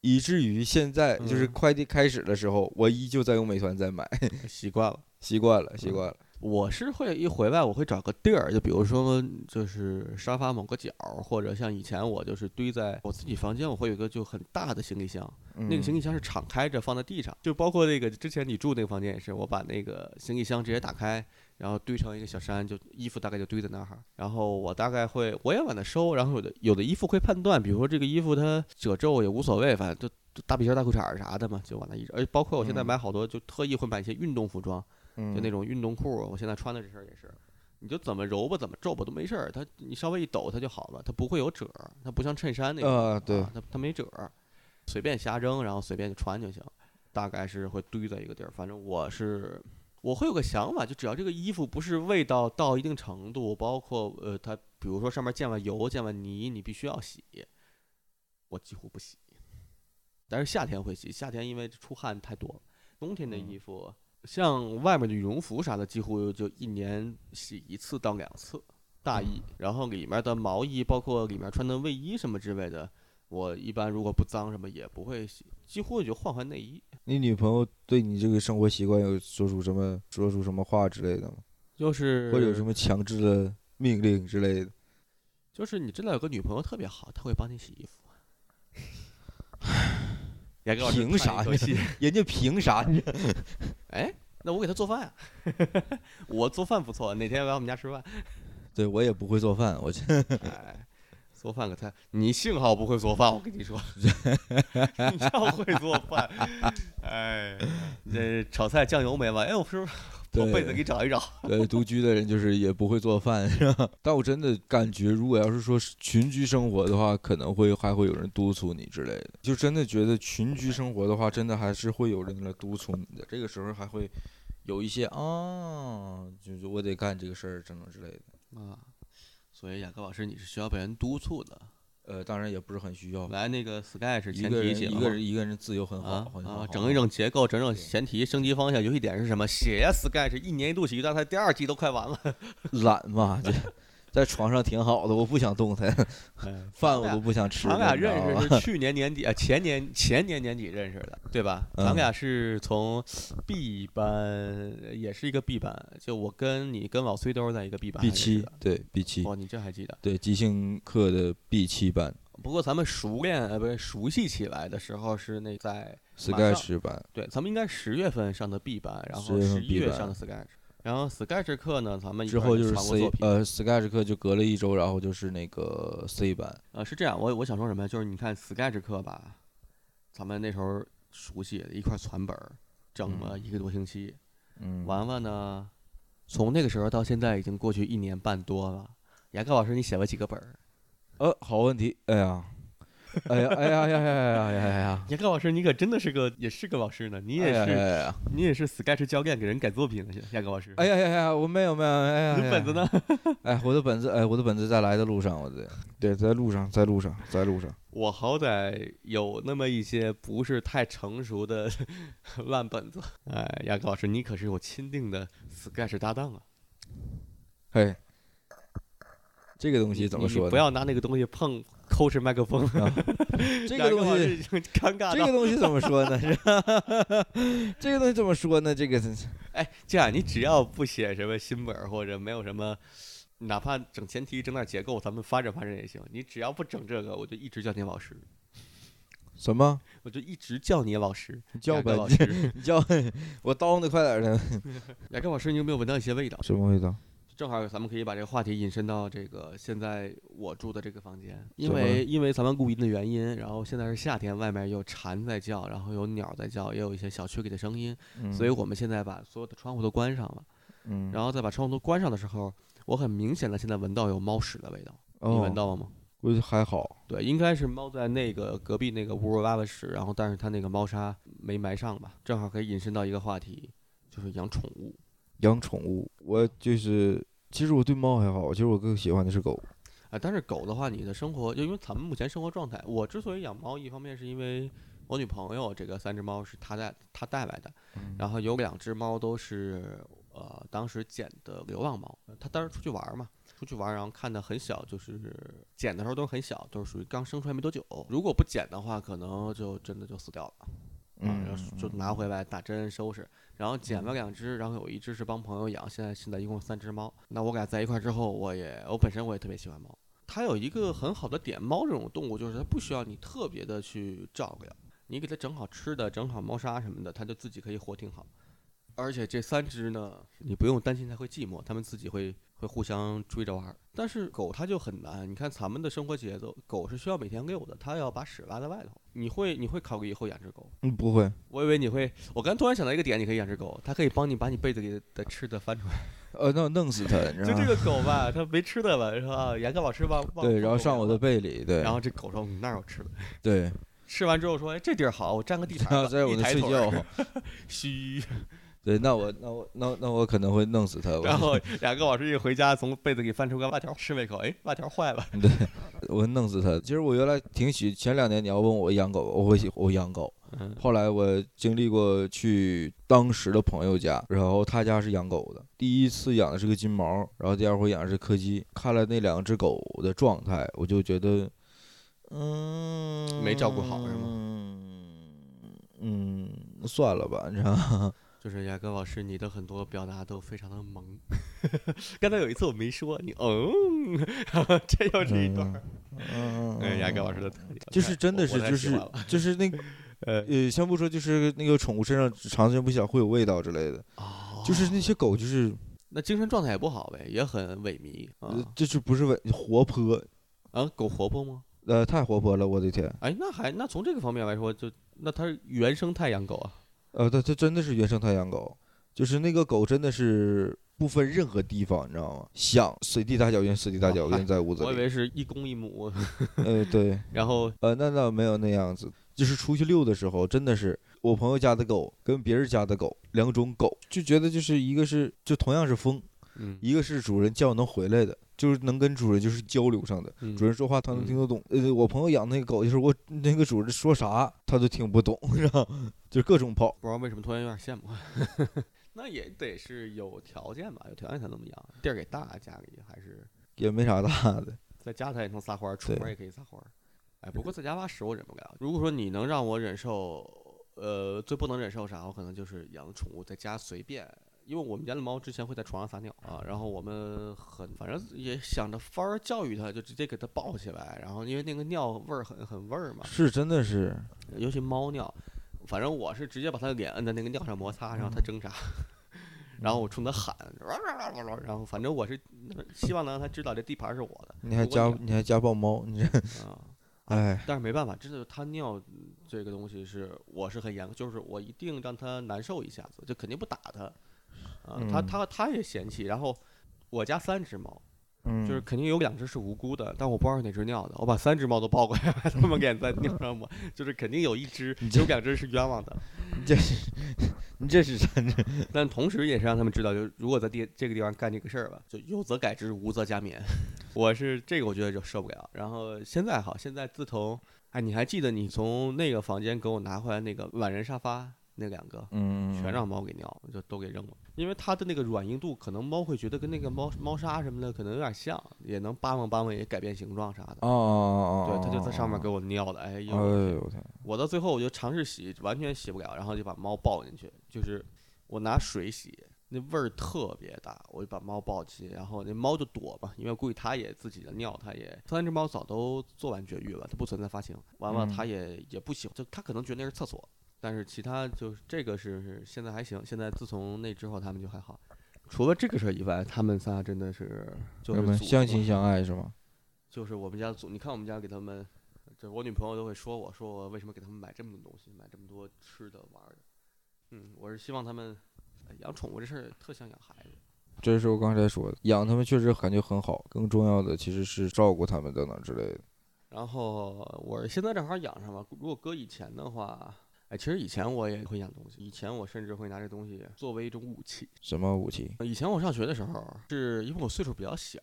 S2: 以至于现在就是
S1: 嗯
S2: 快递开始的时候，我依旧在用美团在买，
S1: 习惯了。
S2: 习惯了，习
S1: 嗯
S2: 惯了。
S1: 我是会一回来，我会找个地儿，就比如说就是沙发某个角儿，或者像以前我就是堆在我自己房间，我会有一个就很大的行李箱，那个行
S2: 嗯
S1: 李箱是敞开着放在地上，就包括那个之前你住那个房间也是，我把那个行李箱直接打开，然后堆成一个小山，就衣服大概就堆在那儿哈。然后我大概会我也往那收，然后有的有的衣服会判断，比如说这个衣服它褶皱也无所谓，反正就就大皮裙、大裤衩儿啥的嘛，就往那一扔。而哎包括我现在
S2: 嗯
S1: 买好多，就特意会买一些运动服装，
S2: 嗯
S1: 就那种运动裤，我现在穿的这身儿也是。你就怎么揉吧，怎么皱吧都没事儿，它你稍微一抖它就好了，它不会有褶儿，它不像衬衫那种
S2: 啊对
S1: 它它没褶儿，随便瞎扔，然后随便就穿就行。大概是会堆在一个地儿，反正我是我会有个想法，就只要这个衣服不是味道到一定程度，包括呃它比如说上面溅了油、溅了泥，你必须要洗，我几乎不洗，但是夏天会洗，夏天因为出汗太多了，冬天的
S2: 嗯
S1: 衣服。像外面的羽绒服啥的，几乎就一年洗一次到两次大衣，然后里面的毛衣，包括里面穿的卫衣什么之类的，我一般如果不脏什么也不会洗，几乎也就换换内衣。
S2: 你女朋友对你这个生活习惯有说出什么说出什么话之类的吗？
S1: 就是
S2: 或者有什么强制的命令之类的？
S1: 就是你真的有个女朋友特别好，她会帮你洗衣服。牙膏
S2: 凭啥呀
S1: 洗？
S2: 人家凭啥？你
S1: 哎，那我给她做饭啊， 我做饭不错，哪天来我们家吃饭。
S2: 对我也不会做饭，我这
S1: 哎，做饭可太……你幸好不会做饭，我跟 你说，你要会做饭， 哎，这炒菜酱油没完，哎，我是不是我
S2: 对
S1: 被子给找一找？
S2: 呃，独居的人就是也不会做饭，是吧？ 但我真的感觉，如果要是说是群居生活的话，可能会还会有人督促你之类的。就真的觉得群居生活的话，真的还是会有人来督促你的。这个时候还会有一些啊，就是我得干这个事儿，等等之类的。
S1: 啊，所以雅各老师，你是需要被人督促的。
S2: 呃，当然也不是很需要。
S1: 来，那个 Sky 是
S2: 一
S1: 前
S2: 个
S1: 提
S2: 人
S1: 写
S2: 一
S1: 了
S2: 个
S1: 吗
S2: 人一个人自由很好，
S1: 啊
S2: 很好
S1: 啊，整一。整结构，整整
S2: 对
S1: 前提，升级方向，游戏点是什么？写呀，Sky 是一年一度喜剧大赛第二季都快完了，
S2: 懒嘛，这在床上挺好的，我不想动弹，
S1: 哎
S2: 饭我都不想吃
S1: 咱
S2: 了。
S1: 俩
S2: 你知道
S1: 认
S2: 吗
S1: 识是去年年底啊，前年前年年底认识的，对吧？咱
S2: 嗯
S1: 俩是从 B 班，也是一个 B 班，就我跟你跟老崔都是在一个 B 班
S2: B
S1: 认识
S2: 七
S1: 的，哦
S2: 对 B 七。
S1: 哇，你这还记得？
S2: 对，即兴课的 B 七班、
S1: 不过咱们熟练呃，不是熟悉起来的时候是那在马上
S2: Sketch 班，
S1: 对，咱们应该十月份上的 B 班，然后
S2: 10月
S1: 十
S2: 份
S1: 一
S2: B
S1: 月
S2: 班
S1: 上的 Sketch，然后 Sketch 课呢，咱们一
S2: 之
S1: 块儿
S2: 后
S1: 也
S2: 就是
S1: 传过
S2: C
S1: 作品
S2: 呃 Sketch 课就隔了一周，然后就是那个 C 班。
S1: 呃，是这样，我我想说什么呀？就是你看 Sketch 课吧，咱们那时候熟悉一块儿传本儿，整了一个多星期。
S2: 嗯，
S1: 完完呢，从那个时候到现在已经过去一年半多了。牙膏老师，你写了几个本儿？
S2: 呃，好问题，哎呀，哎呀哎呀哎呀哎呀哎呀哎呀！
S1: 严刚老师，你可真的是个也是个老师呢，你
S2: 你
S1: 也
S2: 哎
S1: 是
S2: 呀
S1: 你也是 Sketch 教练给人改作品了，严刚老师。
S2: 哎呀哎呀！我没有没有哎呀！
S1: 你的本子呢？
S2: 哎呀，我的本子哎，我的本子在来的路上，我的对，在路上，在路上，在路上。
S1: 我好歹有那么一些不是太成熟的 烂本子。哎，雅各老师，你可是我钦定的 Sketch 搭档啊！
S2: 嘿，这个东西
S1: 你
S2: 怎么
S1: 你
S2: 说呢？
S1: 不要拿那个东西碰抠是麦克风。
S2: 这
S1: 雅各
S2: 个东
S1: 老
S2: 西
S1: 师已经尴尬
S2: 这
S1: 到
S2: 个东西怎么说呢？是吧这个东西怎么说呢？这个是
S1: 哎，这样你只要不写什么新本儿或者没有什么，哪怕整前提整点结构，咱们发展发展也行。你只要不整这个，我就一直叫你老师，
S2: 什么？
S1: 我就一直叫你老师，
S2: 你叫
S1: 雅
S2: 吧
S1: 各，老师。
S2: 你叫我叨的快点儿的。
S1: 雅各老师，你有没有闻到一些味道？
S2: 什么味道？
S1: 正好咱们可以把这个话题引申到这个现在我住的这个房间，因
S2: 怎么了
S1: 为因为咱们录音的原因，然后现在是夏天，外面有蝉在叫，然后有鸟在叫，也有一些小区里的声音，所以我们现在把所有的窗户都关上了，
S2: 嗯，嗯，
S1: 然后再把窗户都关上的时候，我很明显的现在闻到有猫屎的味道，你闻
S2: 哦，
S1: 到了吗？
S2: 我就还好。
S1: 对，应该是猫在那个隔壁那个屋挖了屎，然后但是它那个猫砂没埋上吧，正好可以引申到一个话题，就是养宠物。
S2: 养宠物，我就是，其实我对猫还好，其实我更喜欢的是狗。
S1: 啊，但是狗的话，你的生活就因为咱们目前生活状态，我之所以养猫，一方面是因为我女朋友这个三只猫是她带她带来的，
S2: 嗯
S1: 然后有两只猫都是呃当时捡的流浪猫，她当时出去玩儿嘛，出去玩儿然后看的很小，就是捡的时候都很小，都是属于刚生出来没多久，如果不捡的话，可能就真的就死掉了。啊，然
S2: 嗯，
S1: 后就拿回来打针收拾，然后捡了两只，然后有一只是帮朋友养，现在现在一共三只猫。那我俩在一块儿之后，我也我本身我也特别喜欢猫，它有一个很好的点，猫这种动物就是它不需要你特别的去照料，你给它整好吃的，整好猫砂什么的，它就自己可以活挺好。而且这三只呢，你不用担心它会寂寞，它们自己会会互相追着玩儿。但是狗它就很难，你看咱们的生活节奏，狗是需要每天遛的，它要把屎拉在外头。你会你会考虑以后养只狗？
S2: 嗯不会。
S1: 我以为你会，我刚突然想到一个点，你可以养只狗，它可以帮你把你被子里的吃的翻出来。
S2: 呃，那我弄死它，你知
S1: 就这
S2: 道 吗？
S1: 个狗吧，它没吃的了，是吧？严格老师忘忘
S2: 对，然后
S1: 忘
S2: 上我的
S1: 了
S2: 背里，对，
S1: 然后这狗说嗯那儿有吃的，
S2: 对，
S1: 吃完之后说哎这地儿好，我占个地盘
S2: 然后
S1: 吧，
S2: 在我
S1: 一
S2: 的
S1: 抬
S2: 睡
S1: 腿
S2: 觉
S1: 儿，，嘘。
S2: 对，那我那我那那我可能会弄死它。我
S1: 然 后两个老师一回家，从被子里翻出个辣条吃了一口，哎，辣条坏了，
S2: 对，我会弄死它。其实我原来挺喜，前两年你要问我养狗，我会喜我养狗。
S1: 嗯
S2: 后来我经历过去当时的朋友家，然后他家是养狗的，第一次养的是个金毛，然后第二回养的是柯基。看了那两只狗的状态，我就觉得，嗯，
S1: 没照顾好是
S2: 嗯嗯，算了吧，你知道吗？
S1: 就是雅各老师，你的很多表达都非常的 萌。刚才有一次我没说，你 嗯，这又是一段儿。
S2: 嗯，
S1: 哎，雅各老师的特点
S2: 就是真的
S1: 哎我
S2: 是
S1: 我太
S2: 就
S1: 喜欢
S2: 是
S1: 了
S2: 就是 那个
S1: 呃
S2: 呃，先不说就是那个宠物身上长时间不洗会有味道之类的，
S1: 哦
S2: 就是那些狗就是
S1: 那精神状态也不好呗，也很萎靡啊
S2: 呃就是不是稳活泼，
S1: 啊！狗活泼吗？
S2: 呃，太活泼了，我的天！
S1: 哎，那还那从这个方面来说，就那它是原生态养狗啊，
S2: 呃，它它真的是原生态养狗，就是那个狗真的是不分任何地方，你知道吗？想随地大小便，随地大
S1: 哦
S2: 小 便
S1: 嗨
S2: 在屋子
S1: 我以
S2: 里。
S1: 为是一公一母，
S2: 呃，对，
S1: 然后
S2: 呃，那倒没有那样子，就是出去遛的时候，真的是我朋友家的狗跟别人家的狗两种狗，就觉得就是一个是就同样是疯，
S1: 嗯，
S2: 一个是主人叫能回来的，就是能跟主人就是交流上的，
S1: 嗯
S2: 主人说话他能听得懂。呃，我朋友养那个狗，就是我那个主人说啥他都听不懂， 是吧？就是各种跑。
S1: 不知道为什么突然有点羡慕， 那也得是有条件吧，有条件才能么养，地儿给大，家里还是
S2: 也没啥大的。
S1: 在家它也能撒欢儿，出
S2: 对
S1: 门也可以撒欢儿。哎，不过在家挖屎我忍不了。如果说你能让我忍受，呃，最不能忍受啥，我可能就是养宠物在家随便，因为我们家的猫之前会在床上撒尿啊，然后我们很反正也想着法儿教育它，就直接给它抱起来，然后因为那个尿味儿很很味儿嘛，
S2: 是，真的是，
S1: 尤其猫尿，反正我是直接把它的脸摁在那个尿上摩擦，然后它
S2: 嗯
S1: 挣扎， 然后我冲它喊，然后反正我是希望能让它知道这地盘是我的。
S2: 你还
S1: 如果
S2: 家你还家暴猫，你这，
S1: 啊。
S2: 哎，
S1: 但是没办法，真的他尿嗯这个东西是我是很严格，就是我一定让他难受一下子，就肯定不打他。啊，他
S2: 嗯
S1: 他他也嫌弃，然后我家三只猫，
S2: 嗯
S1: 就是肯定有两只是无辜的，但我不知道是哪只尿的。我把三只猫都抱过来，把它们脸在尿上抹，就是肯定有一只，
S2: 你这
S1: 有两只是冤枉的。
S2: 这是你这是真的，
S1: 但同时也是让他们知道，就是如果在地这个地方干这个事儿吧，就有则改之，无则加勉。 我是这个，我觉得就受不了。然后现在好，现在自从哎，你还记得你从那个房间给我拿回来那个懒人沙发那两个，
S2: 嗯
S1: 全让猫给尿了，就都给扔了。因为它的那个软硬度，可能猫会觉得跟那个猫猫砂什么的可能有点像，也能扒拉扒拉，也改变形状啥的。
S2: 哦哦
S1: 对，它就在上面给我尿的，哎呦！
S2: 哎呦我天，
S1: 我到最后我就尝试洗，完全洗不了，然后就把猫抱进去，就是我拿水洗，那味儿特别大，我就把猫抱进去，然后那猫就躲嘛，因为我估计它也自己的尿，它也三只猫早都做完绝育了，它不存在发情，完了
S2: 嗯
S1: 它也也不喜欢，就它可能觉得那是厕所，但是其他就是这个是是现在还行，现在自从那之后它们就还好。除了这个事儿以外，他们仨真的是就
S2: 我
S1: 是
S2: 们
S1: 祖
S2: 相
S1: 宗
S2: 亲相爱是吗？
S1: 就是我们家组，你看我们家给他们，就是我女朋友都会说我说我为什么给他们买这么多东西，买这么多吃的玩儿的。嗯，我是希望他们哎养宠物这事儿特像养孩子。
S2: 这是我刚才说的，养它们确实感觉很好，更重要的其实是照顾它们等等之类的。
S1: 然后我现在正好养上了，如果搁以前的话，哎，其实以前我也会养东西，以前我甚至会拿这东西作为一种武器。
S2: 什么武器？
S1: 以前我上学的时候，是因为我岁数比较小，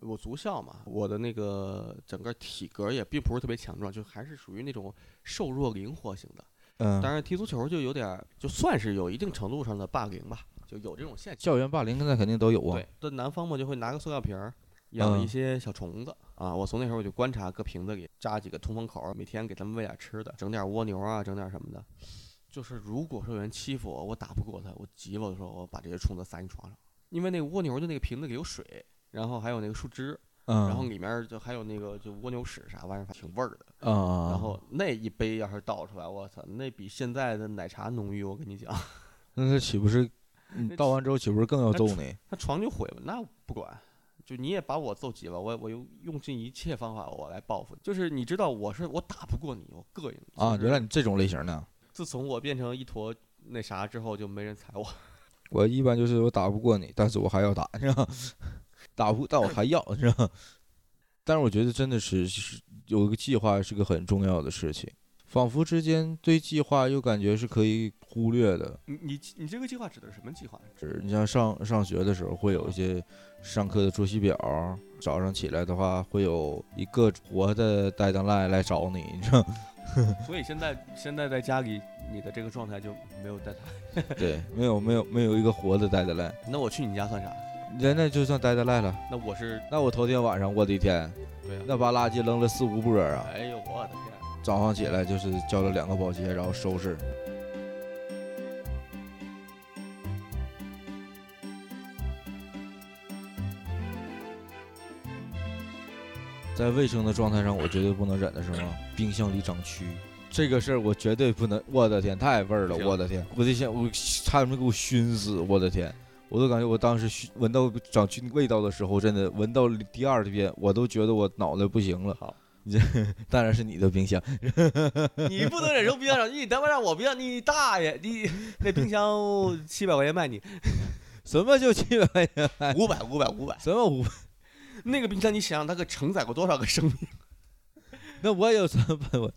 S1: 我足校嘛，我的那个整个体格也并不是特别强壮，就还是属于那种瘦弱灵活型的。
S2: 嗯，
S1: 当然，踢足球就有点儿，就算是有一定程度上的霸凌吧，就有这种现象。
S2: 校园霸凌那肯定都有啊。
S1: 对，这南方嘛，就会拿个塑料瓶儿养一
S2: 嗯
S1: 些小虫子、啊。我从那时候我就观察，搁瓶子里扎几个通风口儿，每天给它们喂点吃的，整点蜗牛啊，整点什么的。就是如果说有人欺负我，我打不过他，我急了，我就说我把这些虫子撒你床上，因为那个蜗牛的那个瓶子里有水，然后还有那个树枝，
S2: 嗯，
S1: 然后里面儿就还有那个就蜗牛屎啥玩意儿，挺味儿的。
S2: 啊啊，
S1: 然后那一杯要是倒出来，我操，那比现在的奶茶浓郁。我跟你讲，
S2: 那他岂不是你
S1: 那
S2: 倒完之后岂不是更要
S1: 那
S2: 揍
S1: 出
S2: 你？
S1: 他床就毁了，那不管，就你也把我揍急了，我我又用尽一切方法我来报复你。就是你知道我是我打不过你，我膈应你
S2: 啊，
S1: 就是
S2: 原来你这种类型的。
S1: 自从我变成一坨那啥之后，就没人踩我。
S2: 我一般就是我打不过你，但是我还要打，是吧？ 打不，但我还要，是吧？但是我觉得真的是是有一个计划是个很重要的事情，仿佛之间对计划又感觉是可以忽略的。
S1: 你你你这个计划指的是什么计划？
S2: 是你像上上学的时候会有一些上课的作息表，早上起来的话会有一个活的带灯赖来找你，你知道吗？
S1: 所以现在现在在家里，你的这个状态就没有带他。
S2: 对，没有没有没有一个活的带灯赖，
S1: 那我去你家算啥？
S2: 那那就算带灯赖了。
S1: 那我是
S2: 那我头天晚上，我的天，
S1: 对呀、
S2: 那把垃圾扔了四五波啊！
S1: 哎呦我的天！
S2: 早上起来就是叫了两个保洁，然后收拾。在卫生的状态上，我绝对不能忍的是什么？冰箱里长蛆，这个事儿我绝对不能。我的天，太味儿了！
S1: 行
S2: 我的天，我得想，我差点没给我熏死！我的天，我都感觉我当时熏闻到长蛆味道的时候，真的闻到第二遍，我都觉得我脑袋不行了。
S1: 好，
S2: 当然是你的冰箱。
S1: 你不能忍受冰箱上，你他妈让我冰箱，你大爷！你那冰箱七百块钱卖你
S2: 什么就七百块钱？
S1: 五百，五百，五百。
S2: 什么五？
S1: 那个冰箱，你想想它可承载过多少个生命？
S2: 那我有什么办法？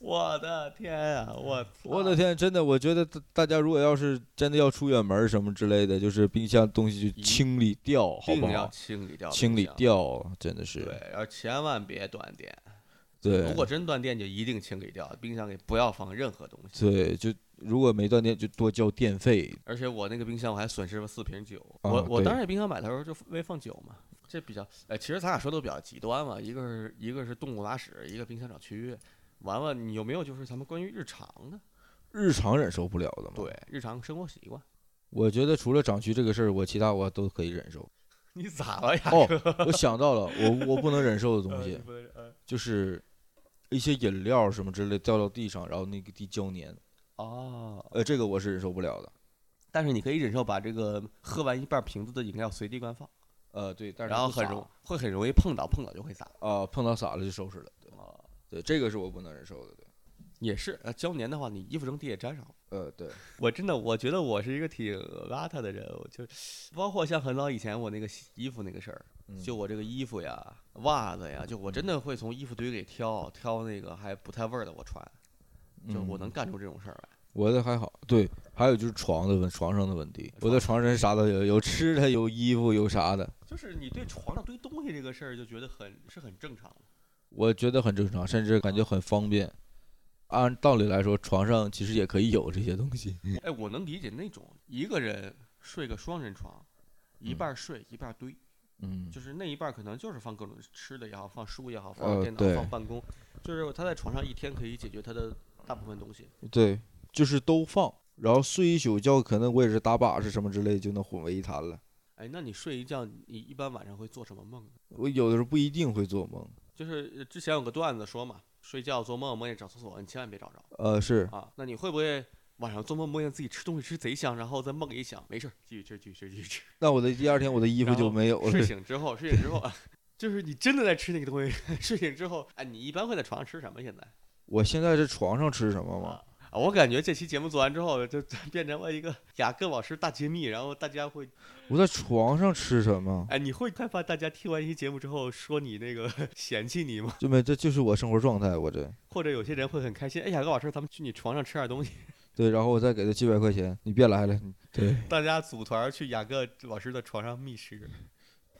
S1: 我的天啊！我操
S2: 我的天，真的，我觉得大大家如果要是真的要出远门儿什么之类的，就是冰箱东西就
S1: 一
S2: 清理掉，好
S1: 一
S2: 不
S1: 定要
S2: 好？
S1: 清理掉冰箱，
S2: 清理掉，真的
S1: 对
S2: 是，
S1: 然后千万别断电。
S2: 对
S1: 如果真断电，就一定清理掉，冰箱里不要放任何东西。
S2: 对，就如果没断电，就多交电费。
S1: 而且我那个冰箱，我还损失了四瓶酒。
S2: 啊
S1: 我我
S2: 对
S1: 当时冰箱买的时候就为放酒嘛，这比较哎，其实咱俩说都比较极端嘛，一个是一个是动物拉屎，一个冰箱长蛆。完了，你有没有就是咱们关于日常的？
S2: 日常忍受不了的嘛，
S1: 对，日常生活习惯。
S2: 我觉得除了长蛆这个事儿，我其他我都可以忍 受。
S1: 你咋了呀？
S2: 哦，我想到了，我我不能忍受的东
S1: 呃
S2: 西，
S1: 不是呃
S2: 就是一些饮料什么之类掉到地上，然后那个地胶粘，
S1: 哦，
S2: 呃，这个我是忍受不了的。
S1: 但是你可以忍受把这个喝完一半瓶子的饮料随地乱放，
S2: 呃，对，但是
S1: 然后很容会很容易碰到，碰到就会洒。
S2: 啊、碰到洒了就收拾了。
S1: 啊，
S2: 对，这个是我不能忍受的。对，
S1: 也是，呃，胶粘的话，你衣服扔地也粘上了。
S2: 呃，对，
S1: 我真的，我觉得我是一个挺邋遢的人，我就包括像很早以前我那个洗衣服那个事儿，
S2: 嗯
S1: 就我这个衣服呀、袜子呀，就我真的会从衣服堆里挑挑那个还不太味儿的我穿，就我能干出这种事儿来。
S2: 嗯我的还好，对，还有就是床的问，床上的问题，我的床上啥都有，有吃的，有衣服，有啥的，
S1: 就是你对床上堆东西这个事儿就觉得很是很正常的，
S2: 我觉得很正常，甚至感觉很方便。按道理来说，床上其实也可以有这些 东西。
S1: 哎，我能理解那种一个人睡个双人床，一
S2: 嗯
S1: 半儿睡一半儿堆，
S2: 嗯，
S1: 就是那一半儿可能就是放各种吃的也好，放书也好，
S2: 呃
S1: 放电脑、
S2: 对
S1: 放办公，就是他在床上一天可以解决他的大部分东西。
S2: 对，就是都放，然后睡一宿觉，可能我也是打把式什么之类，就能混为一谈了。
S1: 哎，那你睡一觉，你一般晚上会做什么梦呢？
S2: 我有的时候不一定会做梦，
S1: 就是呃之前有个段子说嘛，睡觉做梦梦见找厕所，你千万别找着
S2: 呃，是
S1: 啊。那你会不会晚上做梦梦见自己吃东西吃贼香，然后在梦里想没事儿，继续吃，继续吃，继续吃。
S2: 那我的第二天我的衣服
S1: 然
S2: 就
S1: 后
S2: 没有了
S1: 睡。醒之后，睡醒之后，啊就是你真的在吃那个东西。 睡醒之后，哎，你一般会在床上吃什么？现在
S2: 我现在是床上吃什么吗？
S1: 啊啊，我感觉这期节目做完之后，就就变成了一个雅各老师大揭秘，然后大家会
S2: 我在床上吃什么？
S1: 哎，你会害怕大家听完一期节目之后说你那个 嫌弃你吗？
S2: 就没，这就是我生活状态，我这。
S1: 或者有些人会很开心，哎，雅各老师，咱们去你床上吃点东西。
S2: 对，然后我再给他七百块钱，你别来了。你对，
S1: 大家组团儿去雅各老师的床上觅食。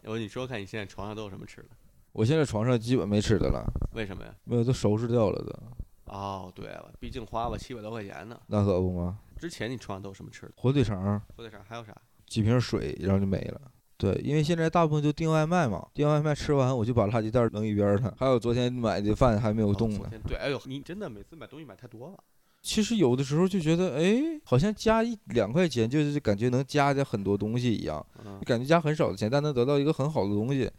S1: 我你说说看你现在床上都有什么吃的？
S2: 我现在床上基本没吃的了，
S1: 为什么呀？
S2: 没有都收拾掉了的，
S1: 哦，对了，毕竟花了七百多块钱呢。
S2: 那可不吗？
S1: 之前你床上都有什么吃的？
S2: 火腿肠、
S1: 火腿肠还有啥？
S2: 几瓶水，然后就没了。对，因为现在大部分就订外卖嘛，订外卖吃完我就把垃圾袋扔一边儿了。还有昨天买的饭还没有
S1: 不
S2: 动呢。
S1: 对，哎呦，你真的每次买东西买太多了。
S2: 其实有的时候就觉得，哎，好像加一两块钱，就是感觉能加的很多东西一样，
S1: 嗯，
S2: 感觉加很少的钱，但能得到一个很好的东西，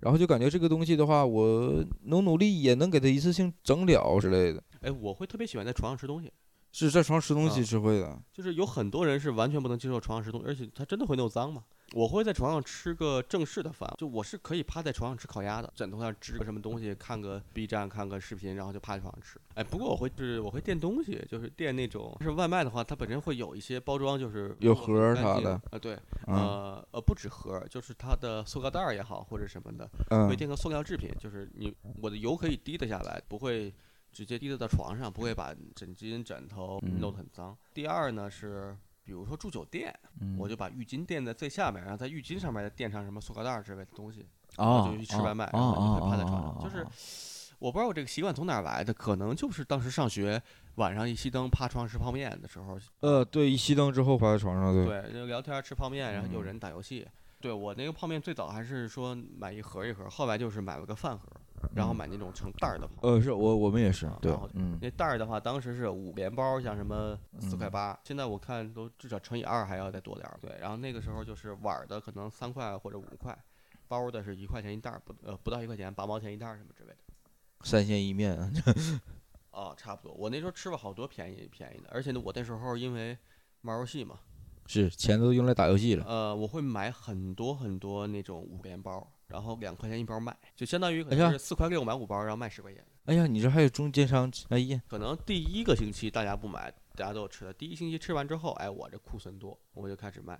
S2: 然后就感觉这个东西的话，我努努力也能给它一次性整了之类的。
S1: 哎，我会特别喜欢在床上吃东西，
S2: 是在床上吃东西
S1: 啊
S2: 是会的，
S1: 就是有很多人是完全不能接受床上吃东西，而且他真的会弄脏嘛。我会在床上吃个正式的饭，就我是可以趴在床上吃烤鸭的，枕头上支个什么东西，看个 B 站，看个视频，然后就趴在床上吃。哎，不过我会就是我会垫东西，就是垫那种，是外卖的话，它本身会有一些包装，就是
S2: 有
S1: 如果
S2: 盒儿
S1: 干
S2: 啥
S1: 净
S2: 的
S1: 呃，对，
S2: 嗯
S1: 呃呃，不止盒儿，就是它的塑料袋儿也好，或者什么的，会
S2: 嗯，
S1: 垫个塑料制品，就是你我的油可以滴得下来，不会直接滴得到床上，不会把枕巾、枕头
S2: 嗯
S1: 弄得很脏。第二呢是，比如说住酒店，我
S2: 嗯
S1: 就把浴巾垫在最下面，然后在浴巾上面再垫上什么塑料袋儿之类的东西，
S2: 啊
S1: 就去吃外卖，然后就会趴在床上，就是。我不知道我这个习惯从哪儿来的，可能就是当时上学晚上一熄灯趴床上吃泡面的时候，
S2: 呃，对，一熄灯之后趴在床上，对，
S1: 对，就聊天儿吃泡面，然后有
S2: 嗯
S1: 人打游戏。对我那个泡面最早还是说买一盒一盒，后来就是买了个饭盒，然后
S2: 嗯
S1: 买那种成袋儿的泡面。
S2: 呃，是我我们也是，对
S1: 啊然后，
S2: 嗯，
S1: 那袋儿的话，当时是五连包，像什么四块八、现在我看都至少乘以二还要再多点儿。对，然后那个时候就是碗儿的可能三块或者五块，包儿的是一块钱一袋儿，不呃不到一块钱，八毛钱一袋儿什么之类的。
S2: 三鲜一面，
S1: 哦，差不多。我那时候吃了好多便宜便宜的，而且呢，我那时候因为玩儿游戏嘛，
S2: 是钱都用来打游戏了。
S1: 呃，我会买很多很多那种五连包，然后两块钱一包卖，就相当于可
S2: 哎
S1: 能
S2: 呀
S1: 是四块六买五包，然后卖十块钱。
S2: 哎呀，你这还有中间商，哎呀，
S1: 可能第一个星期大家不买，大家都有吃的。第一星期吃完之后，哎，我这库存多，我就开始卖，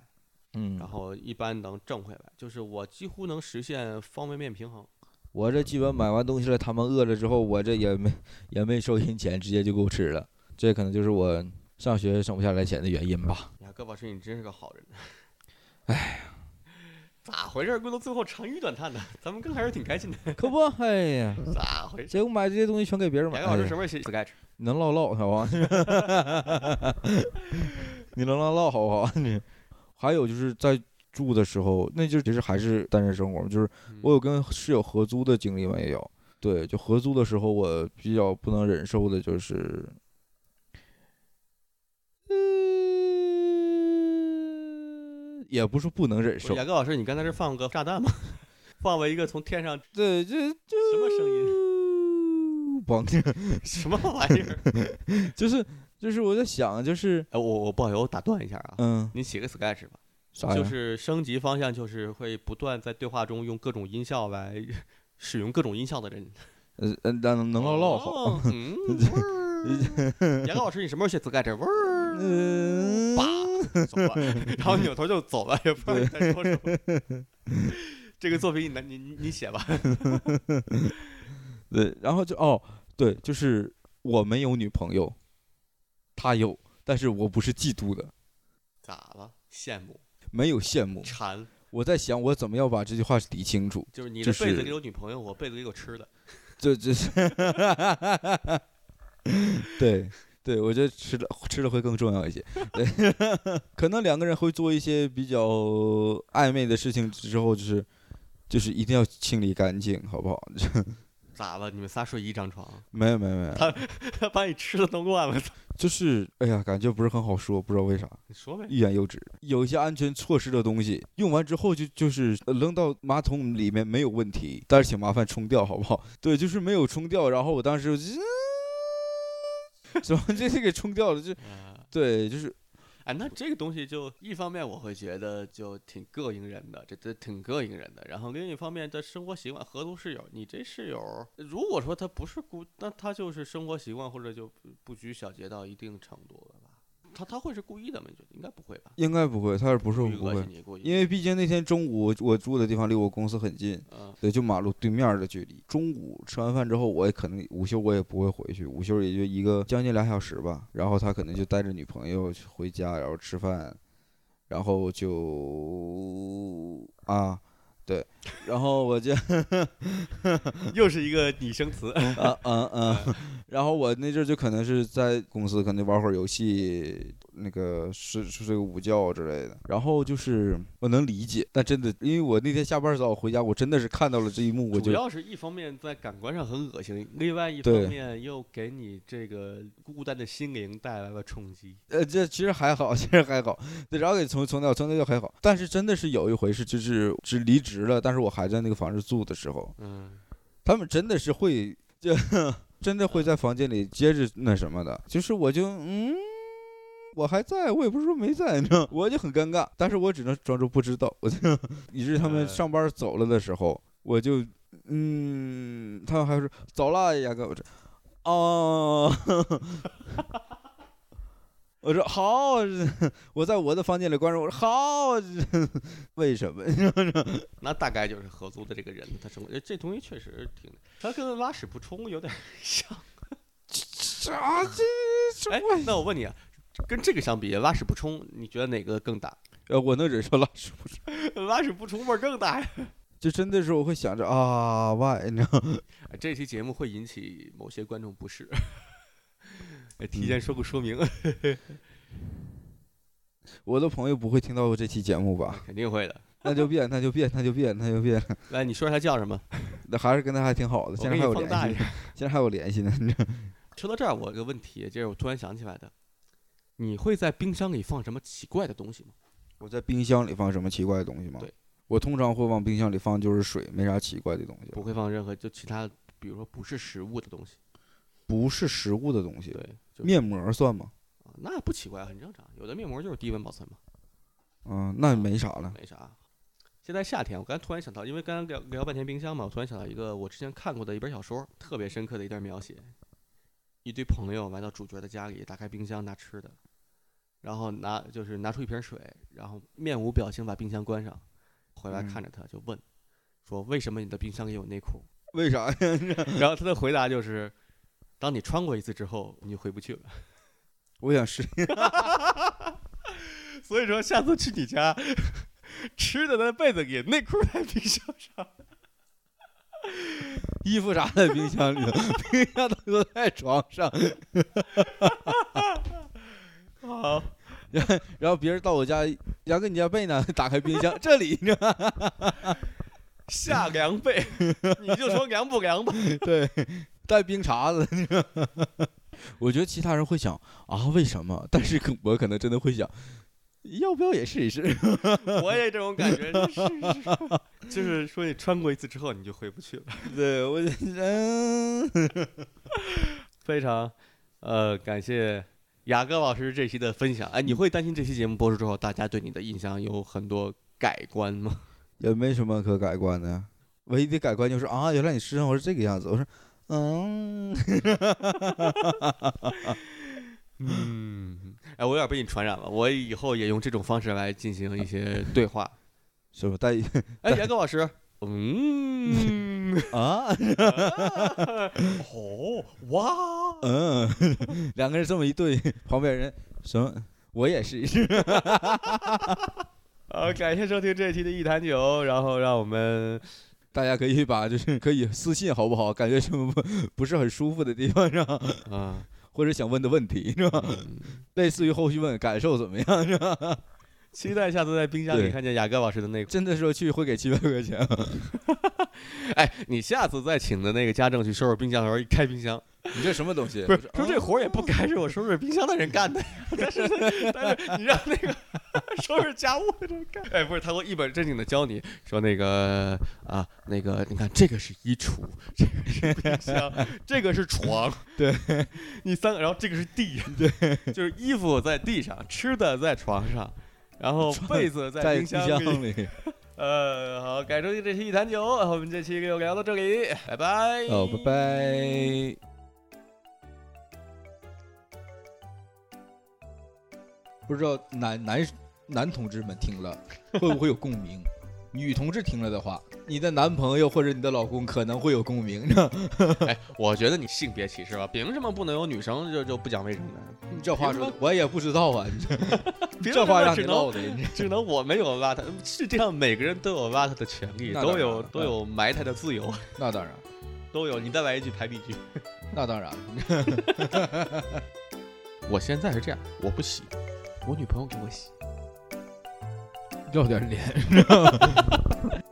S2: 嗯，
S1: 然后一般能挣回来，就是我几乎能实现方便面平衡。
S2: 我这基本买完东西了，他们饿了之后，我这也没也没收人钱，直接就给我吃了。这可能就是我上学省不下来钱的原因吧。
S1: 哎呀，哥老师，你真是个好人。哎呀， 咋回事儿？归到最后长吁短叹的，咱们刚开始挺开心的，
S2: 可不，哎呀，
S1: 咋回事？
S2: 结果买这些东西全给别人买
S1: 雅各
S2: 了
S1: 老。师什么时候写 sketch？
S2: 能唠唠好吧？ 你能唠唠好不好？你还有就是在住的时候，那就其实还是单人生活嘛，就是我有跟室友合租的经历没有？对，就合租的时候，我比较不能忍受的就是，呃嗯，也不是不能忍受
S1: 雅，各老师，你刚才是放个炸弹吗？ 放了一个从天上
S2: 对，这这
S1: 什么声音？
S2: 嘣，
S1: 什么玩意儿？
S2: 就是就是我在想，就是
S1: 哎，我我不好意思，我打断一下啊。
S2: 嗯，
S1: 你写个 sketch 吧，
S2: 啥呀？
S1: 就是升级方向，就是会不断在对话中用各种音效来使用各种音效的人。
S2: 呃呃，能能唠唠好。
S1: 哦 嗯哦。嗯，味儿杨老师，你什么时候写 sketch？味儿
S2: 嗯，
S1: 走 了，然后扭头就走了，也不知道你在说什么。 这个作品你拿你你你写吧，
S2: 对，然后就哦，对，就是我没有女朋友，他有，但是我不是嫉妒的，
S1: 咋了？羡慕、
S2: 没有羡慕。
S1: 馋，
S2: 我在想，我怎么要把这句话理清楚？
S1: 就是你
S2: 就
S1: 的被
S2: 是
S1: 子里有女朋友，我被子里有吃的。
S2: 这这是， 对对，我觉得吃了吃了会更重要一些。 对，可能两个人会做一些比较暧昧的事情之后，就是就是一定要清理干净，好不好？
S1: 咋了？你们仨睡一张床，
S2: 没有没有没有，
S1: 他 把你吃的都惯了。
S2: 就是哎呀，感觉不是很好说，不知道为啥。
S1: 你说呗，
S2: 欲言又止。有一些安全措施的东西，用完之后就就是呃扔到马桶里面没有问题，但是请麻烦冲掉，好不好？ 对，就是没有冲掉。然后我当时 就，怎么这这给冲掉了？就
S1: 啊
S2: 对，就是
S1: 哎，那这个东西就一方面我会觉得就挺膈应人的，这这挺膈应人的。然后另一方面的生活习惯，合租室友，你这室友如果说他不是孤，那他就是生活习惯或者就不不拘小节到一定程度了吧？他他会是故意的吗？你觉得应该不会吧？
S2: 应该不会，他是不是
S1: 故
S2: 我
S1: 意
S2: 不
S1: 恶
S2: 会
S1: 心？你，故意
S2: 因为毕竟那天中午我住的地方离我公司很近，
S1: 嗯
S2: 对，就马路对面的距离。中午吃完饭之后，我也可能午休我也不会回去，午休也就一个将近俩小时吧。然后他可能就带着女朋友去回家，然后吃饭，然后就啊，对，然后我就
S1: 又是一个拟声词，
S2: 啊嗯嗯，然后我那阵儿就可能是在公司可能玩会儿游戏，那个睡睡睡个午觉之类的。然后就是我能理解，但真的因为我那天下班早回家，我真的是看到了这一幕，我
S1: 主
S2: 就
S1: 要是一方面在感官上很恶心，另外一方
S2: 对
S1: 面又给你这个孤单的心灵带来了冲击。
S2: 呃，这其实还好，其实还好。对，然后给重重掉，重掉就还好。但是真的是有一回是，就是是离职了，但是我还在那个房子住的时候，
S1: 嗯，
S2: 他们真的是会就 真的会在房间里接着那什么的，就是我就嗯。我还在，我也不是说没在，你知道吗， 我就很尴尬，但是我只能装作不知道，我就以致他们
S1: 呃
S2: 上班走了的时候，我就嗯，他们还说走了，雅哥，我这哦， 我说好，我在我的房间里关着，我说好， 为什么？
S1: 那大概就是合租的这个人，他生活这东西确实挺，他跟拉屎不冲有点像。
S2: 啥这什
S1: 哎
S2: 么？，
S1: 那我问你啊，跟这个相比，拉屎不冲，你觉得哪个更大？
S2: 呃，我能忍受拉屎不是？
S1: 拉屎不冲味儿更大呀！
S2: 就真的是我会想着啊，why 呢？
S1: 哎这期节目会引起某些观众不 适，哎提前说个说明，
S2: 我的朋友不会听到这期节目吧？
S1: 肯定会的。
S2: 那就变，那就变，那就变，那就变。
S1: 来，你说说他叫什么？
S2: 那还是跟他还挺好的，
S1: 我
S2: 现
S1: 给
S2: 在
S1: 你
S2: 还有
S1: 放大一
S2: 联系，
S1: 点。
S2: 现在还有联系呢。
S1: 说到这儿，我有个问题，这是我突然想起来的。你会在冰箱里放什么奇怪的东西吗？
S2: 我在冰箱里放什么奇怪的东西吗？
S1: 对，
S2: 我通常会往冰箱里放就是水，没啥奇怪的东西，
S1: 不会放任何就其他，比如说不是食物的东西。
S2: 不是食物的东西。
S1: 对，就
S2: 面膜算吗？
S1: 啊，那不奇怪，很正常。有的面膜就是低温保存嘛，
S2: 嗯，那没啥了。
S1: 没啥。现在夏天，我刚才突然想到，因为刚刚聊聊半天冰箱嘛，我突然想到一个我之前看过的一本小说，特别深刻的一段描写：一堆朋友来到主角的家里，打开冰箱拿吃的，然后拿就是拿出一瓶水，然后面无表情把冰箱关上，回来
S2: 嗯
S1: 看着他就问。说为什么你的冰箱里有内裤？
S2: 为啥呀？
S1: 然后他的回答就是：当你穿过一次之后，你就回不去了。
S2: 我想试。
S1: 所以说，下次去你家，吃的在被子里，内裤在冰箱上。
S2: 衣服啥在冰箱里头，冰箱都在床上。
S1: 好，
S2: 然后然后别人到我家，然后你家被呢，打开冰箱，这里呢，
S1: 下凉被， 你就说凉不凉吧。
S2: 对，带冰碴子。你知道我觉得其他人会想啊，为什么？但是可我可能真的会想，要不要也试一试？
S1: 我也这种感觉，是是， 就是说你穿过一次之后，你就回不去了。
S2: 对我，嗯，
S1: 非常，呃，感谢雅各老师这期的分享。哎，你会担心这期节目播出之后，大家对你的印象有很多改观吗？
S2: 也没什么可改观的。唯一的改观就是啊，原来你吃生活是这个样子。我说，嗯，
S1: 嗯， 哎，我有点被你传染了，我以后也用这种方式来进行一些对话。
S2: 是吧？带
S1: 哎，严哥老师， 嗯，
S2: 啊，
S1: 哦，哇，
S2: 嗯， 两个人这么一对，旁边人什么？我也是，
S1: 呃，感谢收听这一期的《一坛酒》，然后让我们
S2: 大家可以把就是可以私信好不好？感觉什么不不是很舒服的地方上，
S1: 啊，嗯
S2: 或者想问的问题是吧？类似于后续问感受怎么样 是吧？
S1: 期待下次在冰箱里
S2: 对
S1: 看见雅各老师的内裤。
S2: 真的说去会给七百块钱 吗，
S1: 哎，你下次再请的那个家政去收拾冰箱的时候，一开冰箱，
S2: 你这什么东西？
S1: 不是说
S4: 哦
S1: 这活儿也不该是我收拾冰箱的人干的， 但是但是你让那个 收拾家务的人干，哎，不是，他会一本正经的教你说那个啊，那个你看这个是衣橱，这个是冰箱，这个是 床，
S2: 对，
S1: 你三个，然后这个是地， 对，就是衣服在地上，吃的在床上。然后被子在
S2: 在
S1: 冰
S2: 冰
S1: 箱里，
S2: 箱 里。
S1: 呃，好，感谢收听这期一坛酒，我们这期就聊到这里，拜拜。
S2: 哦，拜拜。
S4: 不知道男男男同志们听了 会不会有共鸣？女同志听了的话，你的男朋友或者你的老公可能会有共鸣。
S1: 哎我觉得你性别歧视吧，凭什么不能有女生就就不讲卫生呢？
S4: 这话说
S1: 凭什
S4: 的，我也不知道啊，你这
S1: 凭什
S4: 这
S1: 么
S4: 话让
S1: 只
S4: 你
S1: 能
S4: 唠的，你
S1: 只能我没有邋遢，世界上每个人都有邋遢的权利，
S4: 那
S1: 都
S4: 当然
S1: 有
S4: 了
S1: 都有埋汰的自由，
S4: 那当然，
S1: 都有。你再来一句排比句。
S4: 那当然。
S1: 我现在是这样，我不洗，我女朋友给我洗。
S4: 要点脸。